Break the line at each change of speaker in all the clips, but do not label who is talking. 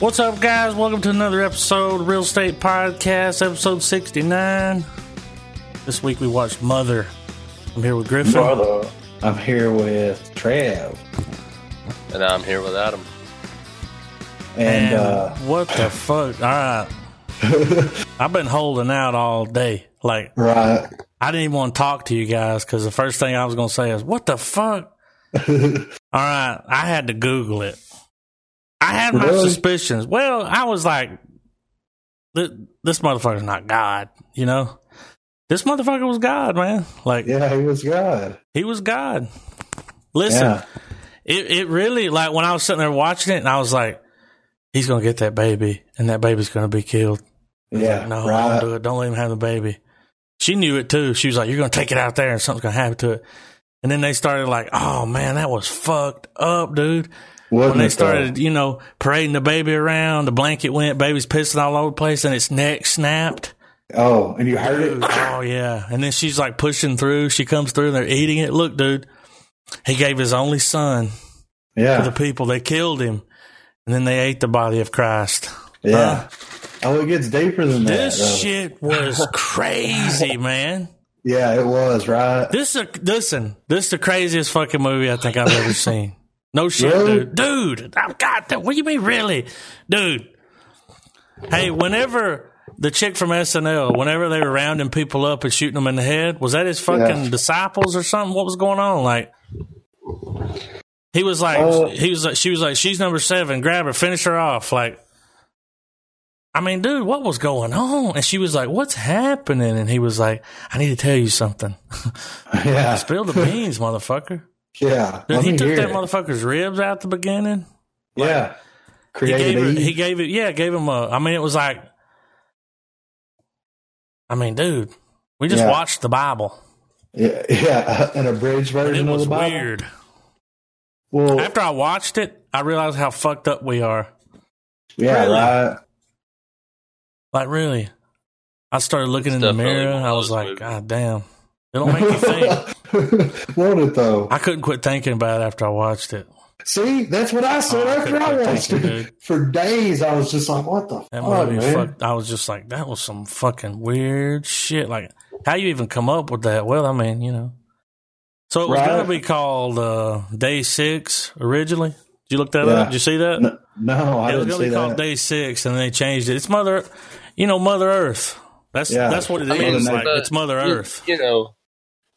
What's up, guys? Welcome to another episode of Real Estate Podcast, episode 69. This week we watched Mother. I'm here with Griffin.
Brother, I'm here with Trev,
And I'm here with Adam.
and
Man,
uh,
what the fuck? All right. I've been holding out all day. Like,
right,
I didn't even want to talk to you guys because the first thing I was going to say is, what the fuck? All right. I had to Google it. I had my
Really?
suspicions. Well, I was like, th- this motherfucker's not God, you know? This motherfucker was God, man. Like,
yeah, he was God.
he was God. Listen,
Yeah,
it, it really, like, when I was sitting there watching it and I was like, he's going to get that baby and that baby's going to be killed.
yeah,
No, don't
right.
do it. Don't let him have the baby. She knew it too. She was like, You're going to take it out there and something's going to happen to it. And then they started like, Oh man, that was fucked up, dude.
Wasn't
When they
it, though?
started, you know, parading the baby around, the blanket went, baby's pissing all over the place and its neck snapped.
Oh, and you heard
Dude,
it.
oh yeah. And then she's like pushing through. She comes through and they're eating it. Look, dude, he gave his only son to the
Yeah,
people. They killed him. And then they ate the body of Christ.
yeah. Oh, it gets deeper than that.
This
though.
shit was crazy, man.
Yeah, it was right.
This is listen. This is the craziest fucking movie I think I've ever seen. No shit,
Really?
dude. Dude, I've got that. What do you mean, really, dude? Hey, whenever the chick from SNL, whenever they were rounding people up and shooting them in the head, was that his fucking
Yeah.
disciples or something? What was going on? Like, he was like,
Uh,
he was like, she was like, she's number seven. Grab her, finish her off. Like, I mean, dude, what was going on? And she was like, what's happening? And he was like, I need to tell you something.
yeah,
Spill the beans, motherfucker.
yeah.
Dude,
Let
he
me
took
hear
that
it.
motherfucker's ribs out the beginning.
yeah,
He
E.
gave
created
it. He
Eve.
gave it. Yeah, gave him a. I mean, it was like. I mean, dude, we just
Yeah.
watched the Bible.
Yeah, yeah, an abridged
And it
version of
was
the Bible.
weird.
Well,
After I watched it, I realized how fucked up we are.
yeah,
really.
right.
Like, really. I started looking in the
Definitely
mirror.
one of
I was
those
like,
movies.
God damn. It don't make you think.
Won't it though?
I couldn't quit thinking about it after I watched it.
See, that's what I said
Oh, I
after
couldn't
I
quit
watched
thinking,
it.
dude.
For days, I was just like, "What the
That
fuck,
movie
Oh, man?"
fucked. I was just like, that was some fucking weird shit. Like, how you even come up with that? Well, I mean, you know. So it was
Right.
going to be called uh, Day Six originally. Did you look that
Yeah.
up? Did you see that?
No, no I
it was going
didn't
to
see
be
that.
called Day Six, and they changed it. It's Mother, you know, Mother Earth. That's
Yeah.
that's what it is.
I mean, it's
like
the-
it's Mother Earth.
You, you know,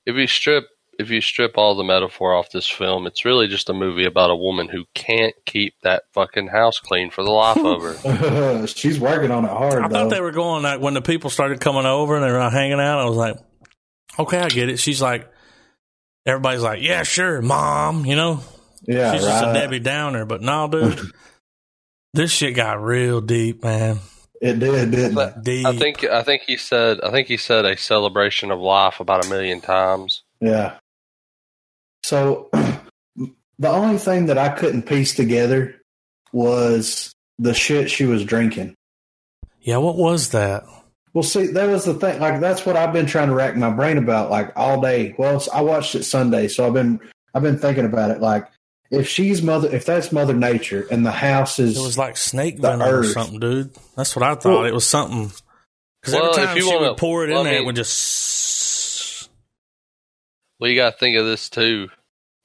if you strip if you strip all the metaphor off this film, it's really just a movie about a woman who can't keep that fucking house clean for the life of her.
She's working on it hard.
I
though.
thought they were going like when the people started coming over and they were hanging out. I was like, okay, I get it. She's like, everybody's like, yeah, sure, mom. You know,
yeah,
She's
right.
just a Debbie Downer, but no, dude. this shit got real deep, man.
It did, didn't it?
But
Deep.
I think I think he said I think he said a celebration of life about a million times.
Yeah. So the only thing that I couldn't piece together was the shit she was drinking.
yeah, what was that?
Well, see, that was the thing. Like that's what I've been trying to rack my brain about, like all day. Well, I watched it Sunday, so I've been I've been thinking about it. Like if she's mother, if that's Mother Nature, and the house
It
is
was like snake
The
venom or
earth.
something, dude. That's what I thought.
Well-
it was something. Because
Well,
every
if
time
you
she
wanna-
would pour it
well,
in
I
there, it
mean-
would just.
Well, you got to think of this too.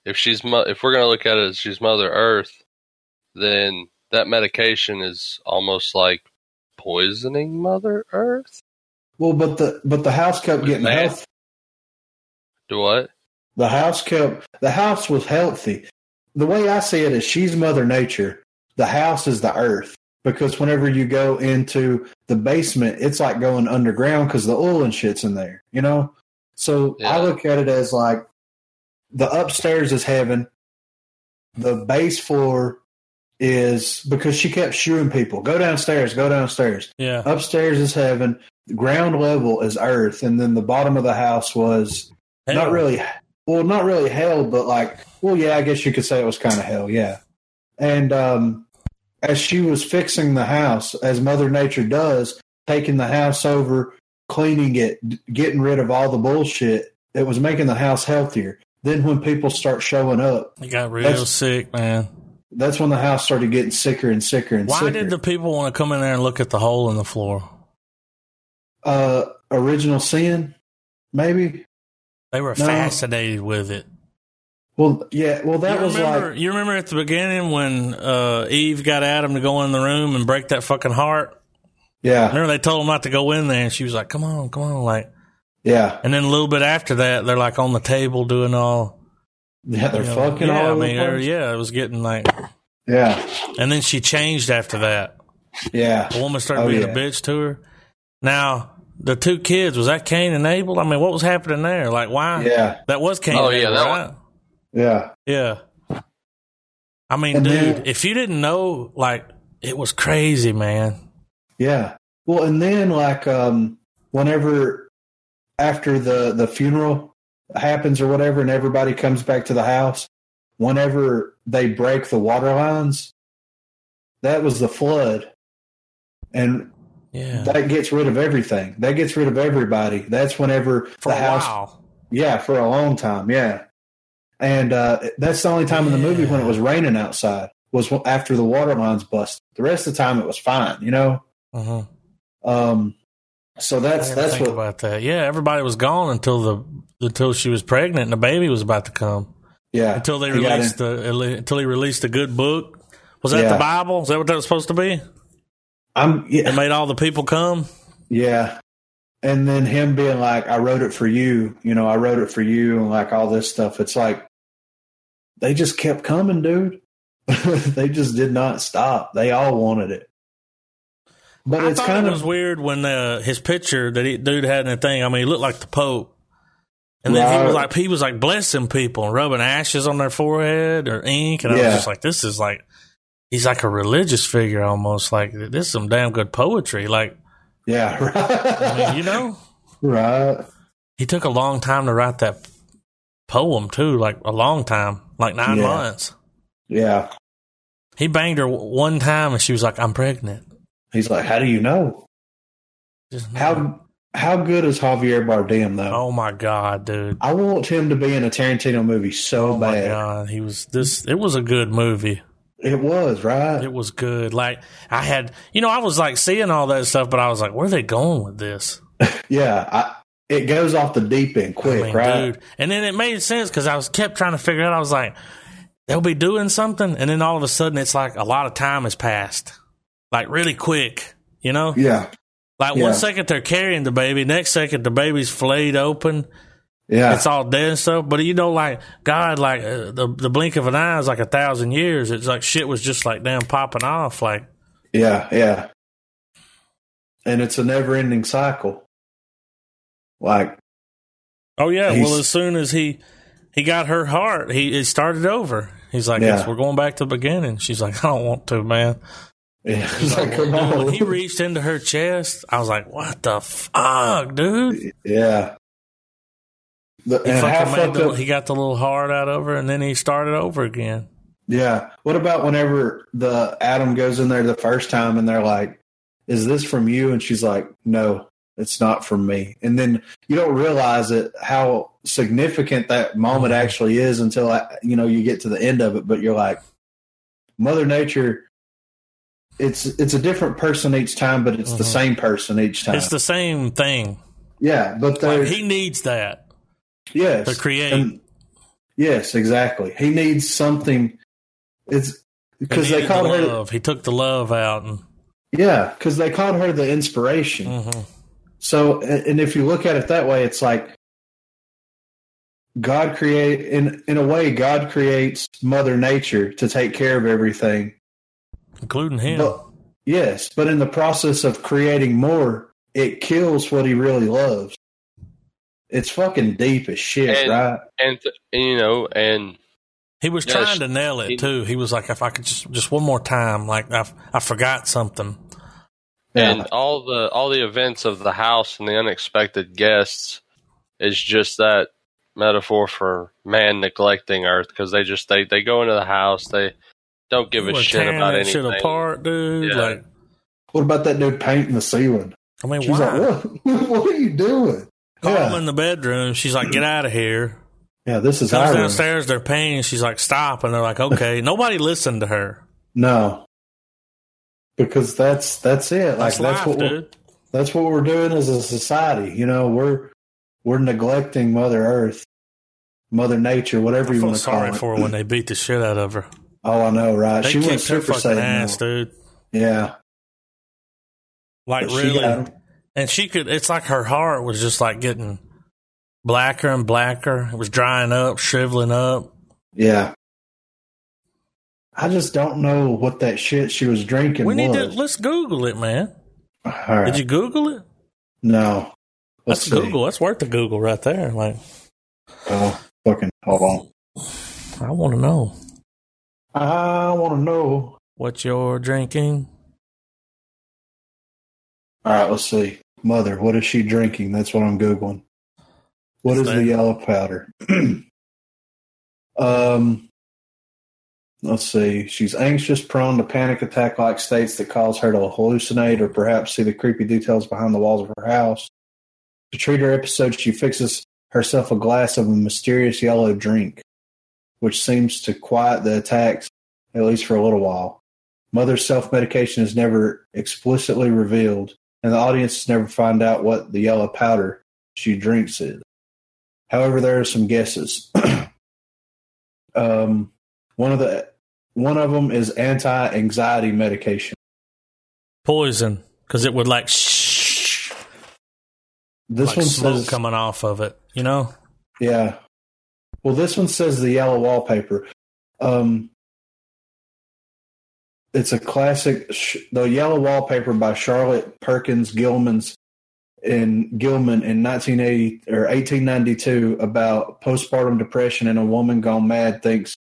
If she's mo- if we're going to look at it as she's Mother Earth, then that medication is almost like poisoning Mother Earth.
well, but the but the house kept
Was
getting
that-
health
Do what?
The house kept the house was healthy. The way I see it is she's mother nature. The house is the earth because whenever you go into the basement, it's like going underground because the oil and shit's in there, you know? So I
Yeah.
look at it as like the upstairs is heaven. The base floor is because she kept shooing people, go downstairs, go downstairs
Yeah.
upstairs is heaven ground level is earth and then the bottom of the house was
Hell.
not really well not really hell but like well yeah i guess you could say it was kind of hell yeah and um as she was fixing the house as mother nature does taking the house over cleaning it d- getting rid of all the bullshit it was making the house healthier then when people start showing up
It got real
That's-
sick, man.
that's when the house started getting sicker and sicker and
Why
sicker.
did the people want to come in there and look at the hole in the floor?
uh, original sin? Maybe.
They were
No.
fascinated with it.
Well, yeah. Well, that
you
was
remember,
like
you remember at the beginning when uh, Eve got Adam to go in the room and break that fucking heart.
yeah,
Remember they told him not to go in there, and she was like, "Come on, come on!" Like,
yeah,
and then a little bit after that, they're like on the table doing all.
yeah. They're
you know,
fucking
yeah,
all
I
over
mean,
the
they're-
place.
yeah, it was getting like,
Yeah,
and then she changed after that.
yeah.
The woman started
Oh,
being a
yeah.
bitch to her. Now the two kids was that Cain and Abel? I mean, what was happening there? Like, why?
Yeah,
That was Cain.
Oh,
and
yeah,
Abel,
that
right?
yeah,
Yeah. I mean,
And
dude,
then-
if you didn't know, like, it was crazy, man.
yeah. Well, and then like um, whenever after the the funeral happens or whatever, and everybody comes back to the house, whenever they break the water lines, that was the flood, and
Yeah.
that gets rid of everything. That gets rid of everybody. That's whenever
For
the
a
house
while.
Yeah, for a long time. Yeah, and uh, that's the only time in the movie when it was raining outside was wh- after the water lines busted. The rest of the time it was fine, you know.
Mhm.
Um, so
I
that's
didn't
that's
think
what.
about that. Yeah, everybody was gone until the until she was pregnant and the baby was about to come.
Yeah,
Until they
He got
released the until he released the good book. Was that the
Yeah.
Bible? Is that what that was supposed to be?
I'm
It
yeah,
made all the people come.
yeah, and then him being like, "I wrote it for you," you know, "I wrote it for you," and like all this stuff. It's like they just kept coming, dude. they just did not stop. They all wanted it. But
I
it's
thought
kind
it
of
was weird when uh, his picture that he, dude had in the thing. I mean, he looked like the Pope, and then he was
Right.
like he was like blessing people and rubbing ashes on their forehead or ink, and I was
Yeah.
just like, this is like he's like a religious figure almost. Like this is some damn good poetry. Like
yeah, right.
I mean, you know,
Right.
he took a long time to write that poem too, like a long time, like nine
Yeah.
months.
Yeah.
He banged her w- one time, and she was like, "I'm pregnant."
He's like, how do you know?
Just-
How how good is Javier Bardem though?
Oh my god, dude.
I want him to be in a Tarantino movie so
Oh my
bad.
god, he was this. It was a good movie.
It was right.
It was good. Like I had, you know, I was like seeing all that stuff, but I was like, where are they going with this?
yeah. I, it goes off the deep end quick,
I mean,
right?
dude. And then it made sense because I was kept trying to figure out. I was like, they'll be doing something, and then all of a sudden, it's like a lot of time has passed, like really quick. You know,
Yeah.
like
yeah.
one second they're carrying the baby, next second the baby's flayed open,
Yeah.
it's all dead and stuff. But you know, like God, like uh, the the blink of an eye is like a thousand years. It's like shit was just like damn popping off. Like
yeah. Yeah. And it's a never ending cycle. Like,
Oh yeah.
He's-
well, as soon as he he got her heart, he it started over. He's like,
Yeah.
"Yes, we're going back to the beginning." She's like, "I don't want to, man."
yeah, it's like, come
Dude,
on.
when he reached into her chest, I was like, "What the fuck, dude?"
yeah. The-
He
and how
fucking made
fucked
the,
up
he got the little heart out of her, and then he started over again.
Yeah. What about whenever the Adam goes in there the first time and they're like, "Is this from you?" And she's like, "No, it's not from me." And then you don't realize it how significant that moment
Mm-hmm.
actually is until uh, you know you get to the end of it. But you're like, Mother Nature. It's it's a different person each time, but it's the
Mhm.
same person each time.
It's the same thing.
yeah, but
Like,
they're
he needs that.
yes
to create.
yes, exactly. He needs something. It's because
He
they
needed
called
the
her.
love. He took the love out, and
Yeah, because they called her the inspiration.
Mm-hmm.
mhm.
So, a- and if you look at it that way, it's like God create in in a way God creates Mother Nature to take care of everything.
including him.
But yes, but in the process of creating more, it kills what he really loves. It's fucking deep as shit,
And-
right?
And, th- and, you know, and
He was
Yeah,
trying
she-
to nail it
he-
too. He was like, if I could just just one more time, like I I forgot something.
Yeah,
and all the all the events of the house and the unexpected guests is just that metaphor for man neglecting Earth because they just they they go into the house they don't give
We
a
were
shit
tearing
about
that
anything.
Shit apart, dude.
Yeah.
Like,
what about that dude painting the ceiling?
I mean,
She's
why?
like, what? what are you doing?
Call him
Yeah,
in the bedroom. She's like, get out of here.
Yeah, this is
Comes
our room.
downstairs, they're paying. She's like, "Stop!" And they're like, "Okay." Nobody listened to her.
No, because that's that's it. Like
That's
that's,
life,
what we're,
dude.
that's what we're doing as a society. You know, we're we're neglecting Mother Earth, Mother Nature,
I
whatever you
feel
want to call
sorry
it.
for her when they beat the shit out of her.
oh, I know, right?
They
she went
kicked her
super
fucking
saiyan.
ass, dude.
Yeah,
Like
but she
really,
got 'em.
and she could. It's like her heart was just like getting blacker and blacker. It was drying up, shriveling up.
yeah. I just don't know what that shit she was drinking
we need to
was.
let's Google it, man.
All right.
Did you Google it?
No. Let's
That's
see.
Google. That's worth the Google right there. Like,
Oh, fucking hold on.
I want to know
I want to know.
what you're drinking.
All right, let's see. Mother, what is she drinking? That's what I'm googling. What is the
Same.
yellow powder? um, let's see. She's anxious, prone to panic attack-like states that cause her to hallucinate or perhaps see the creepy details behind the walls of her house. To treat her episode, she fixes herself a glass of a mysterious yellow drink, which seems to quiet the attacks at least for a little while. Mother's self-medication is never explicitly revealed, and the audience never find out what the yellow powder she drinks is. However, there are some guesses. um, one of the one of them is anti-anxiety medication.
Poison, because it would like shh,
This
like
one
smoke
says,
coming off of it. You know,
yeah. Well, this one says the yellow wallpaper. Um, it's a classic, sh- the yellow wallpaper by Charlotte Perkins Gilman's in Gilman in 1980 or 1892 about postpartum depression and a woman gone mad thanks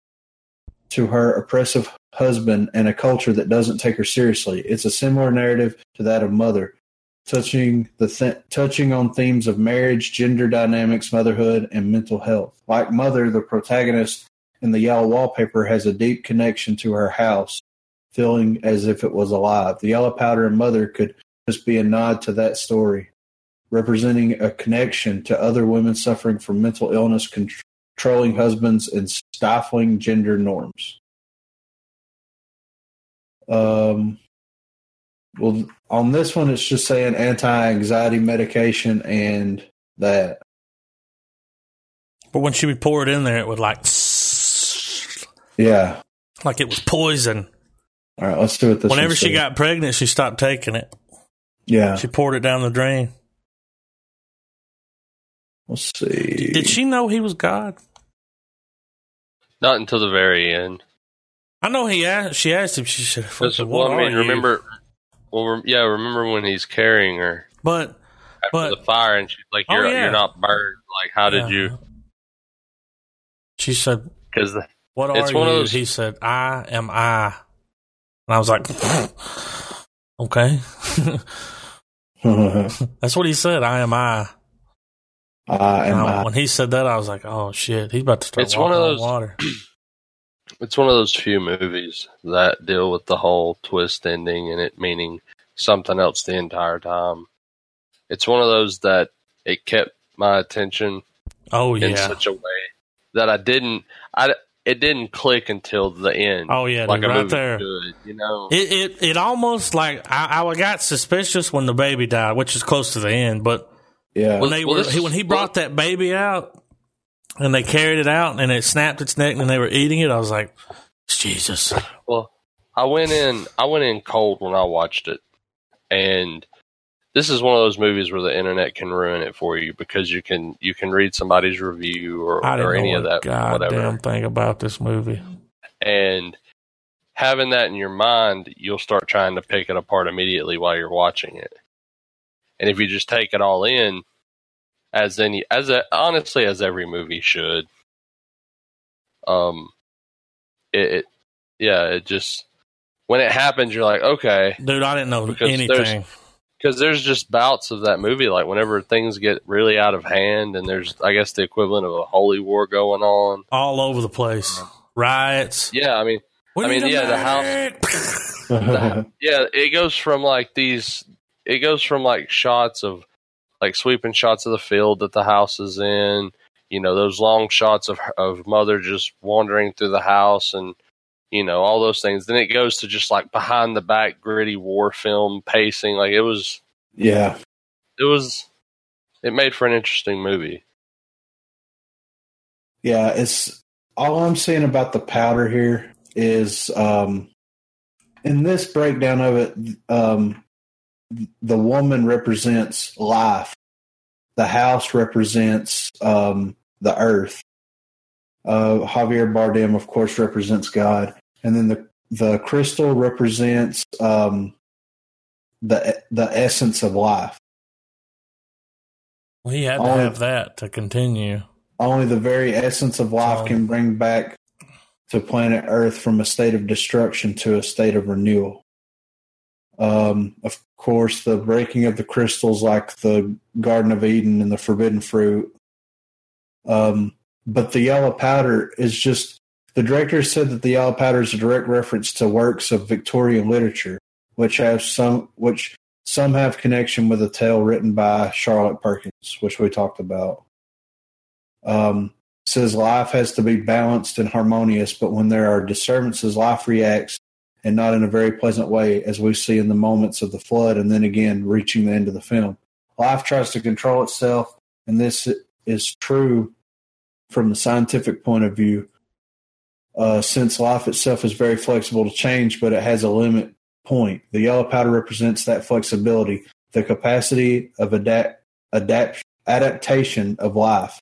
to her oppressive husband and a culture that doesn't take her seriously. It's a similar narrative to that of Mother, touching the th- touching on themes of marriage, gender dynamics, motherhood, and mental health. Like Mother, the protagonist in the yellow wallpaper has a deep connection to her house, feeling as if it was alive. The yellow powder and Mother could just be a nod to that story representing a connection to other women suffering from mental illness, con- controlling husbands, and stifling gender norms. Um, well, on this one, it's just saying anti anxiety medication and that.
but when she would pour it in there, it would like shh,
Yeah.
like it was poison.
All right, let's do it this one
Whenever she
says.
got pregnant, she stopped taking it.
Yeah.
She poured it down the drain.
Let's see.
Did she know he was God?
Not until the very end.
I know he asked. She asked him. She said,
That's
"What
well, I
are
mean,
you?"
remember? Well, rem- yeah, remember when he's carrying her
But
after
But-
the fire, and she's like,
Oh,
"You're
yeah.
you're not burned. Like, how did
Yeah.
you?"
uh, She said,
Because
"What
It's
are
one
you?"
of those-
He said, "I am I," and I was like, "Okay."
I
That's what he said. I am I. And I-
am.
when he said that, I was like, "Oh shit, he's about to start
It's
walking
one of
on
those-
water."
it's one of those few movies that deal with the whole twist ending and it meaning something else the entire time. It's one of those that it kept my attention
Oh
in
yeah.
such a way that I didn't. I it didn't click until the end.
Oh yeah,
like
dude,
a
right
movie
there.
should, you know.
It, it it almost like I, I got suspicious when the baby died, which is close to the end. But
Yeah.
when they
Well,
were
this
he,
is-
when he brought that baby out and they carried it out and it snapped its neck and they were eating it, I was like, Jesus.
Well, I went in. I went in cold when I watched it, and this is one of those movies where the internet can ruin it for you because you can you can read somebody's review or,
I didn't
or any
know
of that whatever.
goddamn thing about this movie.
and having that in your mind, you'll start trying to pick it apart immediately while you're watching it. And if you just take it all in, as any as a, honestly as every movie should, um, it, it yeah, it just when it happens, you're like, okay,
Dude, I didn't know
Because
anything.
because there's just bouts of that movie, like whenever things get really out of hand, and there's I guess the equivalent of a holy war going on.
All over the place. Riots.
Yeah, I mean,
We
I mean,
need a
yeah, the house-
medic.
Yeah, it goes from like these. It goes from like shots of like sweeping shots of the field that the house is in, you know those long shots of of mother just wandering through the house and you know all those things then it goes to just like behind the back gritty war film pacing like it was
Yeah.
it was it made for an interesting movie
Yeah, it's all I'm seeing about the powder here is um in this breakdown of it um the woman represents life. The house represents um the earth. Uh Javier Bardem of course represents God and then the the crystal represents um the the essence of life.
We had to
Oh.
have that to continue.
Only the very essence of life
Um,
can bring back to planet Earth from a state of destruction to a state of renewal. Um, of course, the breaking of the crystals, like the Garden of Eden and the forbidden fruit. Um, but the yellow powder is just the director said that the yellow powder is a direct reference to works of Victorian literature, which have some which some have connection with a tale written by Charlotte Perkins, which we talked about um, says life has to be balanced and harmonious, but when there are disturbances, life reacts and not in a very pleasant way, as we see in the moments of the flood and then again reaching the end of the film. Life tries to control itself, and this is true from the scientific point of view, uh, since life itself is very flexible to change, but it has a limit point. The yellow powder represents that flexibility, the capacity of adapt, adapt adaptation of life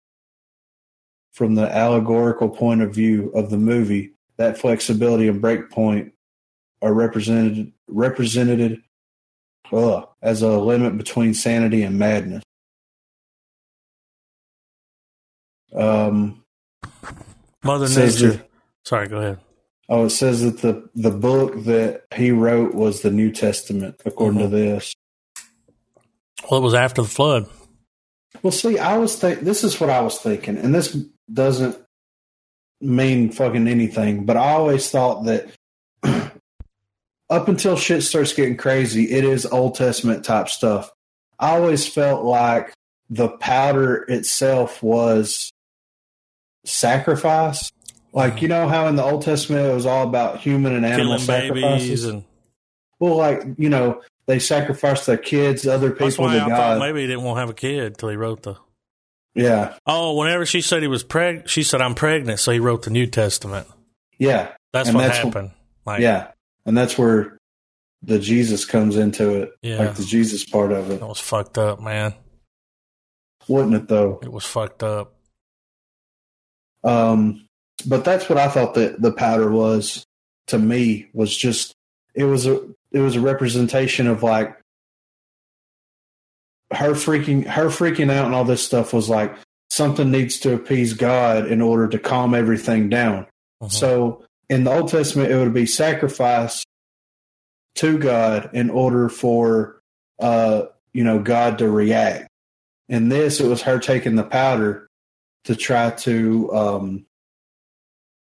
from the allegorical point of view of the movie, that flexibility and breakpoint are represented represented ugh, as a limit between sanity and madness. Um,
Mother
says
Nature.
that-
Sorry, go ahead.
oh, it says that the the book that he wrote was the New Testament, according
Mhm.
to this.
Well, it was after the flood.
Well, see, I was think this is what I was thinking, and this doesn't mean fucking anything, but I always thought that up until shit starts getting crazy, it is Old Testament type stuff. I always felt like the powder itself was sacrifice. Like you know how in the Old Testament it was all about human and animal
Killing
sacrifices.
babies. and
well, like you know they sacrificed their kids, other
That's
people
why I
to
thought
God.
maybe he didn't want to have a kid till he wrote the.
yeah,
Oh, whenever she said he was preg, she said I'm pregnant, so he wrote the New Testament.
yeah.
That's
And
what
that's wh-
happened. like,
yeah and that's where the jesus comes into it
Yeah.
like the jesus part of it
that was fucked up, man.
wouldn't it though
It was fucked up.
um but that's what i thought that the powder was to me was just it was a it was a representation of like her freaking her freaking out and all this stuff was like something needs to appease god in order to calm everything down
Mhm.
So in the Old Testament, it would be sacrifice to God in order for uh, you know God to react. In this, it was her taking the powder to try to um,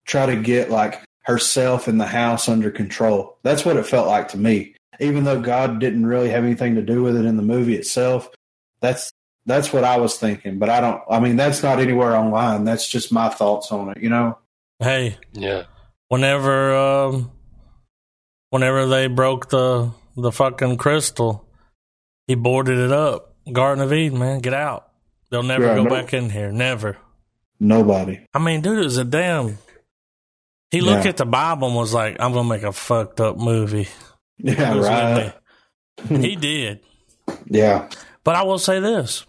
try to get like herself and the house under control. That's what it felt like to me. Even though God didn't really have anything to do with it in the movie itself, that's that's what I was thinking. But I don't. I mean, that's not anywhere online. That's just my thoughts on it. You know.
hey,
yeah
whenever um whenever they broke the the fucking crystal, he boarded it up. Garden of Eden, man, get out. They'll never
Yeah,
go
no.
back in here. Never.
Nobody.
I mean, dude, it was a damn. He looked
Yeah.
at the Bible and was like, "I'm gonna make a fucked up movie."
Yeah,
It was
right.
Whitley. he did.
Yeah.
But I will say this: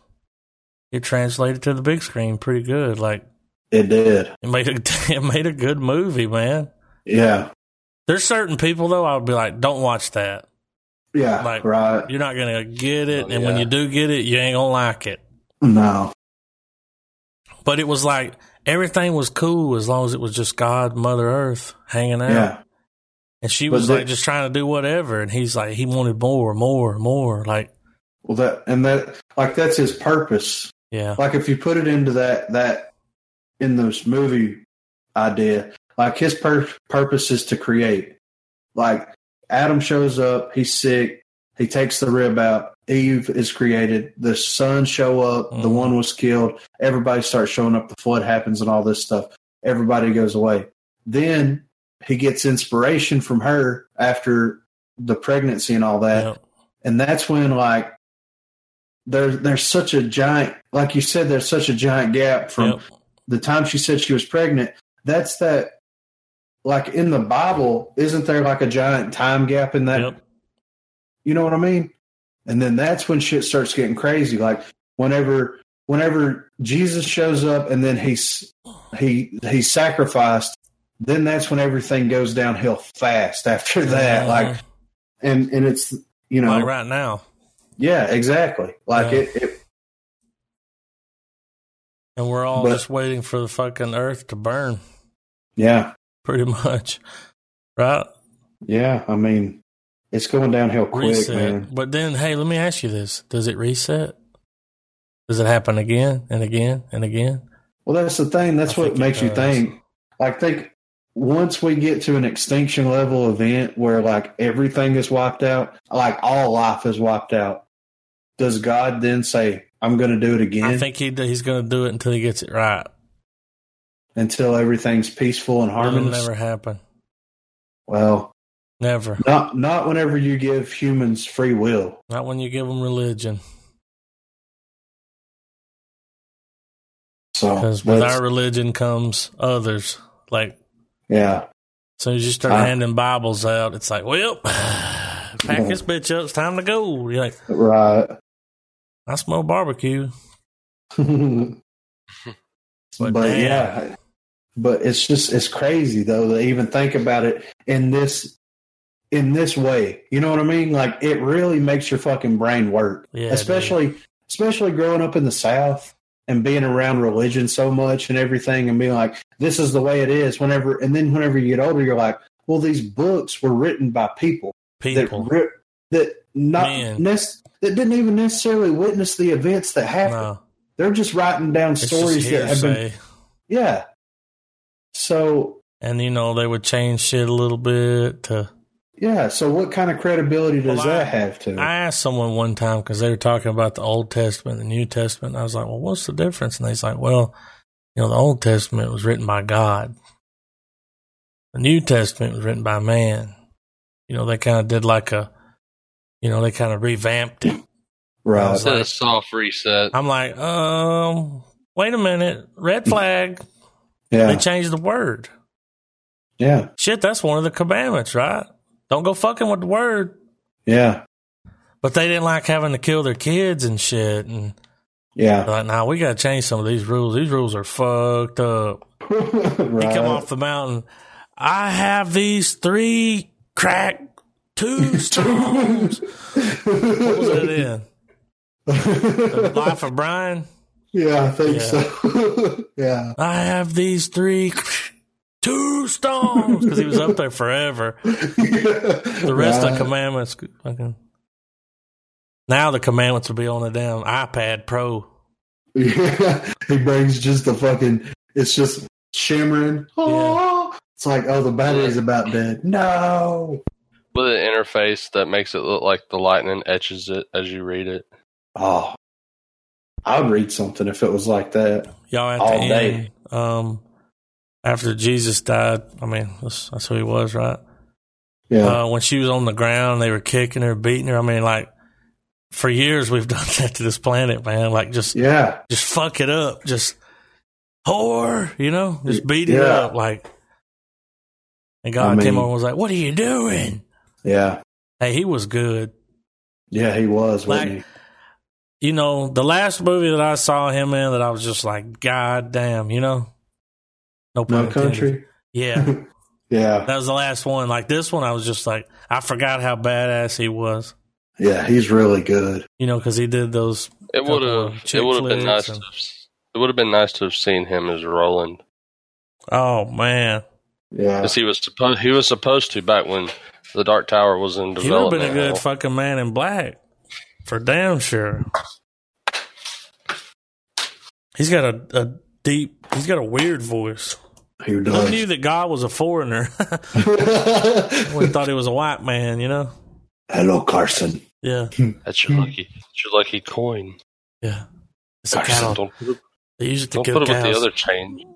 it translated to the big screen pretty good. Like
It did.
it made a it made a good movie, man.
Yeah.
There's certain people though I would be like, "Don't watch that.
Yeah.
Like-
right.
You're not gonna get it,
Oh,
and when
yeah.
you do get it, you ain't gonna like it."
No.
But it was like everything was cool as long as it was just God, Mother Earth hanging out.
Yeah.
And she
But
was
the-
like just trying to do whatever, and he's like he wanted more, more, more. Like
Well, that and that like that's his purpose.
yeah,
Like if you put it into that that in this movie idea, like his pur- purpose is to create. Like Adam shows up, he's sick. He takes the rib out. Eve is created. The sons show up. The
Mhm.
one was killed. Everybody starts showing up. The flood happens and all this stuff. Everybody goes away. Then he gets inspiration from her after the pregnancy and all that.
Yep.
And that's when like there's there's such a giant like you said, there's such a giant gap from
Yep.
the time she said she was pregnant, that's that like in the Bible, isn't there like a giant time gap in that?
Yep.
You know what I mean? And then that's when shit starts getting crazy. Like whenever whenever Jesus shows up and then he's he he's sacrificed, then that's when everything goes downhill fast after that.
Mhm.
Like and and it's you know
like right now,
yeah, exactly. Like
Yeah.
it, it
and we're all
But-
just waiting for the fucking earth to burn,
yeah.
pretty much, right?
Yeah, I mean it's going downhill quick,
reset.
man.
But then, hey, let me ask you this: Does it reset? Does it happen again and again and again?
Well, that's the thing. That's
I
what
think it
makes you
does.
think. Like, think once we get to an extinction level event where like everything is wiped out, like all life is wiped out. Does God then say, "I'm going to do it
I
again
think he he's going to do it until he gets it right.
until everything's peaceful and
It'll
harmonious"?
never happen.
Well,
Never.
not not whenever you give humans free will.
Not when you give them religion.
So
Because with
Oh, that's-
our religion comes others. Like,
yeah,
as soon as you start
I-
handing Bibles out, it's like, well, pack this bitch up. It's time to go. You're like,
right.
I smell barbecue.
but
But damn.
yeah, but it's just it's crazy though to even think about it in this in this way. You know what I mean? Like it really makes your fucking brain work,
Yeah, dude.
especially especially growing up in the South and being around religion so much and everything, and being like, this is the way it is. Whenever and then whenever you get older, you're like, well, these books were written by people
people.
that re- that not
Man.
nec- that didn't even necessarily witness the events that happened.
no,
They're just writing down
it's
stories
just
that have been
hearsay.
yeah. So
And you know they would change shit a little bit to.
yeah. So what kind of credibility does
Well, I-
that have to? it?
I asked someone one time because they were talking about the Old Testament and the New Testament. And I was like, well, what's the difference? And he's like, well, you know, the Old Testament was written by God, the New Testament was written by man. You know, they kind of did like a, you know, they kind of revamped it.
right.
Instead of soft reset.
I'm like, um, wait a minute, red flag. They
Yeah.
changed the word.
Yeah.
Shit, that's one of the commandments, right? Don't go fucking with the word.
Yeah.
But they didn't like having to kill their kids and shit. And
Yeah.
Like, nah, we gotta change some of these rules. These rules are fucked up.
right.
He come off the mountain. I have these three crack tombstones. what was that in? The Life of Brian.
yeah, I think
Yeah.
so. yeah.
I have these three tombstones because he was up there forever. The
the
rest of the commandments, fucking. Now the commandments will be on the damn iPad Pro.
Yeah. He brings just the fucking. It's just shimmering. Oh. It's like, oh, the battery's about dead. No.
with an interface that makes it look like the lightning etches it as you read it.
Oh, I'd read something if it was like that.
Y'all at
All
the
day.
end, um, after Jesus died, I mean that's, that's who he was, right?
Yeah,
uh, when she was on the ground, they were kicking her, beating her. I mean, like for years we've done that to this planet, man. Like just
yeah,
just fuck it up, just whore, you know, just beat it
Yeah.
up. Like, and God
I mean-
came over and was like, "What are you doing?"
yeah,
Hey, he was good.
yeah. He was, wasn't
Like- You know, the last movie that I saw him in, that I was just like, "God damn," you know. pun
he? No
intended.
country.
Yeah,
Yeah,
that was the last one. Like this one, I was just like, I forgot how badass he was.
yeah. He's really good.
You know, because he did those
It
Couple
would
of
have.
chick
It would have
flicks
been nice.
and-
To have, s- it would have been nice to have seen him as Roland,
Oh man,
Yeah,
because he was supposed. He was supposed to back when the Dark Tower was in
he would have been
development.
a good fucking man in black for damn sure. He's got a, a deep. He's got a weird voice.
he
Who
does.
knew that God was a foreigner? we thought he was a white man. You know.
Hello, Carson.
Yeah,
That's your lucky. That's your lucky coin.
yeah. It's a
Or something.
cattle.
Don't put it,
They use it to
don't
kill
put it with
cows.
the other chain.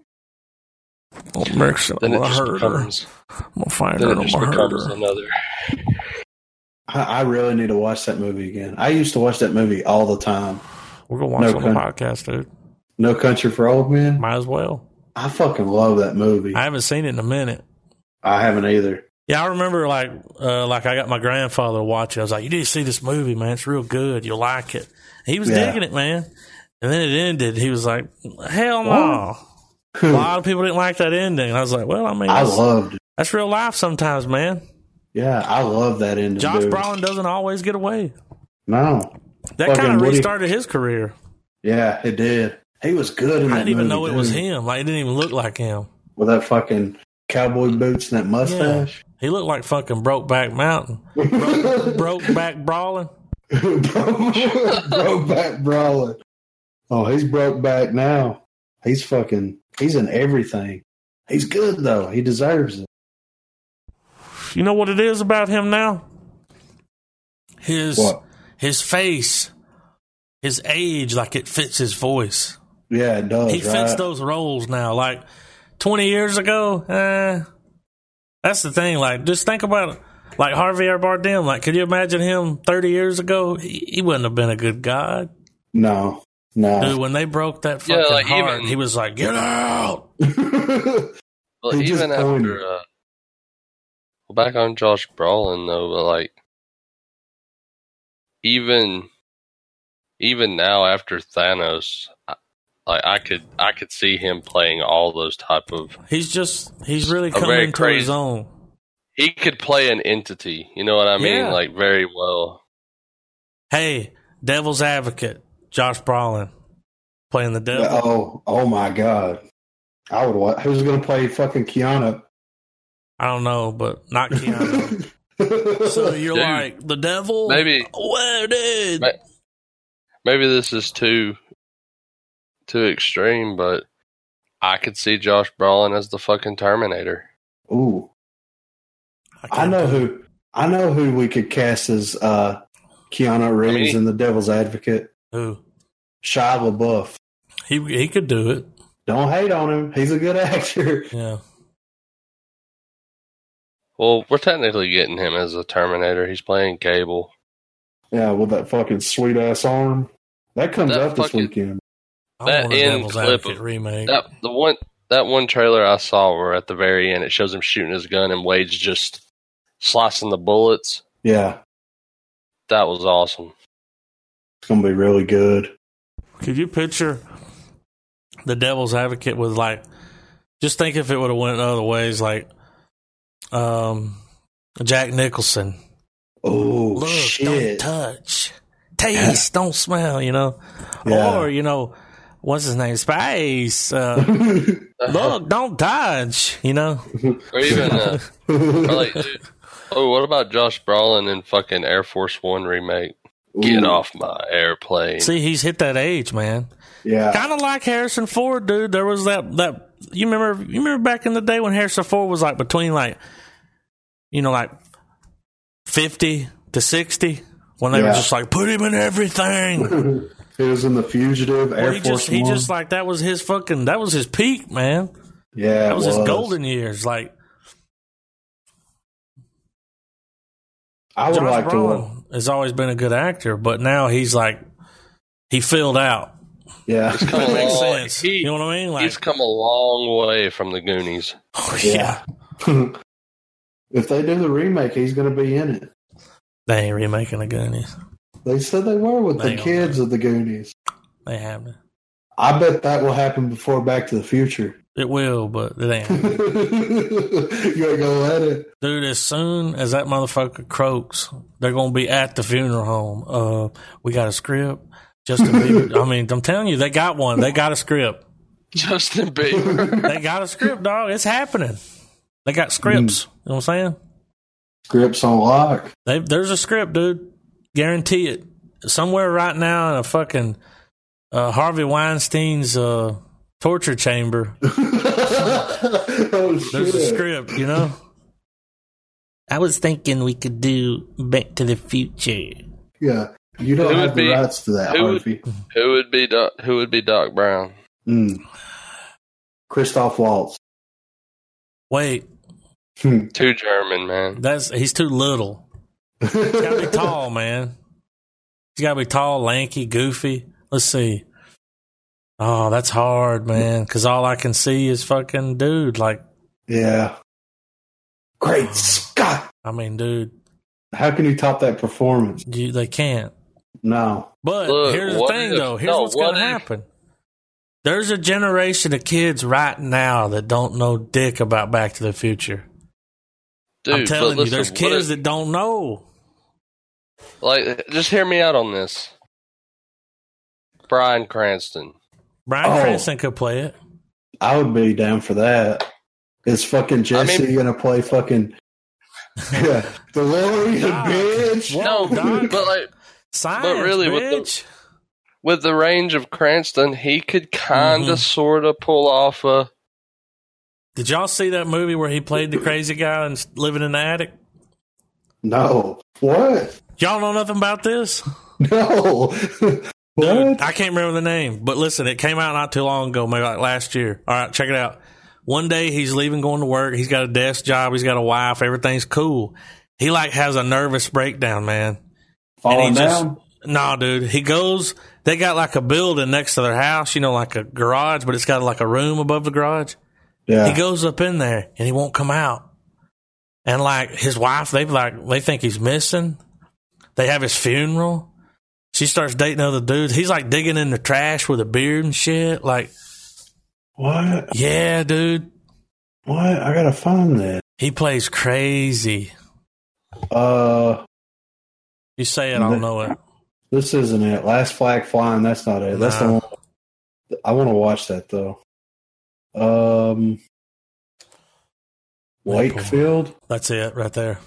Well, Merck's- I'm
Then it
gonna
just
hurt her.
becomes.
I'm gonna find her.
Then
and
it
I'm
just
gonna hurt
becomes
her.
another.
I, I really need to watch that movie again. I used to watch that movie all the time.
We're gonna watch
No
it on the
pun.
podcast, dude.
No Country for Old Men.
Might as well.
I fucking love that movie.
I
I,
haven't seen it in a minute.
haven't either.
Yeah, I remember like uh, like I got my grandfather to watch it. I was like, "You need to see this movie, man. It's real good. You'll like it." He was
Yeah.
digging it, man. And then it ended. He was like, "Hell no!" A lot of people didn't like that ending. And I was like, "Well, I mean,
I
that's,
loved it.
that's real life sometimes, man.
Yeah, I love that ending.
Josh
dude.
Brolin doesn't always get away.
No.
That
Fucking
kind of
Woody-
restarted his career.
Yeah, it did. He was good in that
I didn't even
movie,
know it was
dude.
him. Like, it didn't even look like him.
With that fucking cowboy boots and that mustache.
He looked like fucking Brokeback Mountain, Brokeback Brawling.
Bro- broke back brawling. Oh, he's broke back now. He's fucking. He's in everything. He's good though. He deserves it.
You know what it is about him now? His
What?
his face, his age, like it fits his voice.
Yeah, it does.
he fits
right?
those roles now. Like twenty years ago, eh, that's the thing. Like just think about it. Like Javier Bardem. Like, could you imagine him thirty years ago? He, he wouldn't have been a good guy.
No,
Dude,
no.
when they broke that fucking
Yeah, like,
heart,
even-
he was like, "Get out!"
Well,
He just
even
owned
after,
it.
uh, well, back on Josh Brolin though, but like, even, even now after Thanos, I, like I could, I could see him playing all those type of.
He's just he's really
A very
coming into his
crazy-
own.
He could play an entity, you know what I mean?
Yeah.
Like very well.
Hey, devil's advocate, Josh Brolin playing the devil.
oh, oh my god. I would watch. Who's gonna play fucking Keanu?
I don't know, but not Keanu. so you're
Dude.
like the devil?
Maybe-
Where did?
Ma- Maybe this is too, too extreme, but I could see Josh Brolin as the fucking Terminator.
Ooh, I
can't
know
tell.
who. I know who we could cast as uh, Keanu Reeves
mean-
in The Devil's Advocate.
who.
Shia LaBeouf.
He he could do it.
Don't hate on him. He's a good actor.
Yeah.
Well, we're technically getting him as a Terminator. He's playing Cable.
Yeah, with that fucking sweet ass arm. That comes
That
up this
fucking-
weekend.
I
That
want a
end
devil's
clip
advocate
of-
remake.
That the one that one trailer I saw where at the very end it shows him shooting his gun and Wade's just slicing the bullets.
Yeah,
That was awesome.
it's gonna be really good.
Could you picture the devil's advocate with like just think if it would have went other ways, like um Jack Nicholson.
Oh
Look, don't
shit!
touch. Taste, don't smell, you know.
Yeah.
Or, you know, what's his name? Space. Uh, look, don't dodge, you know.
or even uh, or like, dude, oh, what about Josh Brolin in fucking Air Force One remake? Get
Ooh,
off my airplane.
See, he's hit that age, man.
Yeah,
Kind of like Harrison Ford, dude. There was that that you remember you remember back in the day when Harrison Ford was like between like you know like 50 to 60 when they were
Yeah.
just like put him in everything.
he was in the Fugitive Air
Well, he
Force
just he
One.
just like that was his fucking that was his peak, man.
yeah,
That
it
was, his golden years. Like
I would
Josh
like to. wa-
Brolin has always been a good actor, but now he's like he filled out.
Yeah,
come
That makes
Oh,
sense.
he-
you know what I mean? Like,
He's come a long way from the Goonies.
oh, yeah.
Yeah. if they do the remake, he's gonna be in it.
they ain't remaking the Goonies.
They said they were with
Hang
the
on.
kids of the Goonies.
They haven't.
I bet that will happen before Back to the Future.
It will, but it
you
ain't.
ain't gonna let it.
Dude, as soon as that motherfucker croaks, they're gonna be at the funeral home. Uh, we got a script. Justin Bieber. I mean, I'm telling you, they got one. They got a script.
Justin Bieber.
They got a script, dog. It's happening. They got scripts. You know what I'm saying?
Scripts on lock.
They, there's a script, dude. Guarantee it. Somewhere right now in a fucking uh, Harvey Weinstein's uh, torture chamber,
oh,
there's a
shit.
script, you know? I was thinking we could do Back to the Future.
Yeah, you don't
Who
have
would
the
be-
rights to that,
who would-
Harvey.
Who would be Doc, Who would be Doc Brown?
Mm. Christoph Waltz.
Wait,
Hmm.
Too German, man.
that's he's too little. He's got to be tall, man. He's got to be tall, lanky, goofy. Let's see. Oh, that's hard, man. Because all I can see is fucking dude. Like,
Yeah. Great Scott!
I mean, dude,
How can you top that performance?
you, they can't.
No.
But
Look,
here's the
what
thing,
if-
though. Here's
no,
what's going
what
to
if-
happen. There's a generation of kids right now that don't know dick about Back to the Future.
Dude,
I'm telling
but
you, there's
listen, what
kids
if-
that don't know.
like just hear me out on this. Brian Cranston.
Brian
Oh.
Cranston could play it.
I would be down for that. Is fucking Jesse gonna play fucking yeah, DeLorean
God.
bitch?
What?
No,
Oh, Doc.
but like
Science,
really, with the-
bitch.
with the range of Cranston, he could kind of
Mhm.
sort of pull off a
Did y'all see that movie where he played the crazy guy and s- living in the attic?
No. What?
Y'all know nothing about this?
No.
Dude,
what?
I can't remember the name, but listen, it came out not too long ago, maybe like last year. All right, check it out. One day he's leaving, going to work. He's got a desk job. He's got a wife. Everything's cool. He like has a nervous breakdown, man.
Falling
and he just-
down?
Nah, dude. He goes. They got like a building next to their house, you know, like a garage, but it's got like a room above the garage.
yeah.
He goes up in there and he won't come out. And like his wife, they like they think he's missing. They have his funeral. She starts dating other dudes. He's like digging in the trash with a beard and shit. Like,
what?
yeah, dude.
What? I gotta find that.
He plays crazy.
Uh
You say it, I'll know it.
this isn't it. Last flag flying, that's not it. That's
Nah.
the one I wanna watch that though. Um Wakefield?
That's it right there.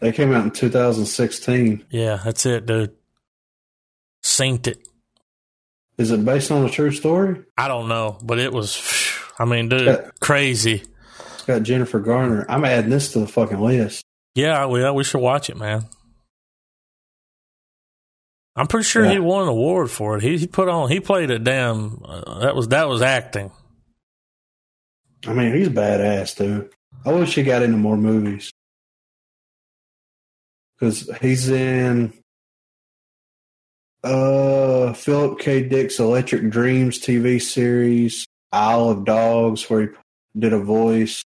They came out in 2016.
Yeah, that's it, dude. Synced it.
Is it based on a true story?
I don't know, but it was. phew, I mean, dude,
Yeah.
crazy.
It's got Jennifer Garner. I'm adding this to the fucking list.
Yeah, we we should watch it, man. I'm pretty sure he
Yeah.
won an award for it. He he put on he played a damn uh, that was that was acting.
I mean, he's badass, dude. I wish he got into more movies. Because he's in uh Philip K. Dick's Electric Dreams TV series, Isle of Dogs, where he did a voice.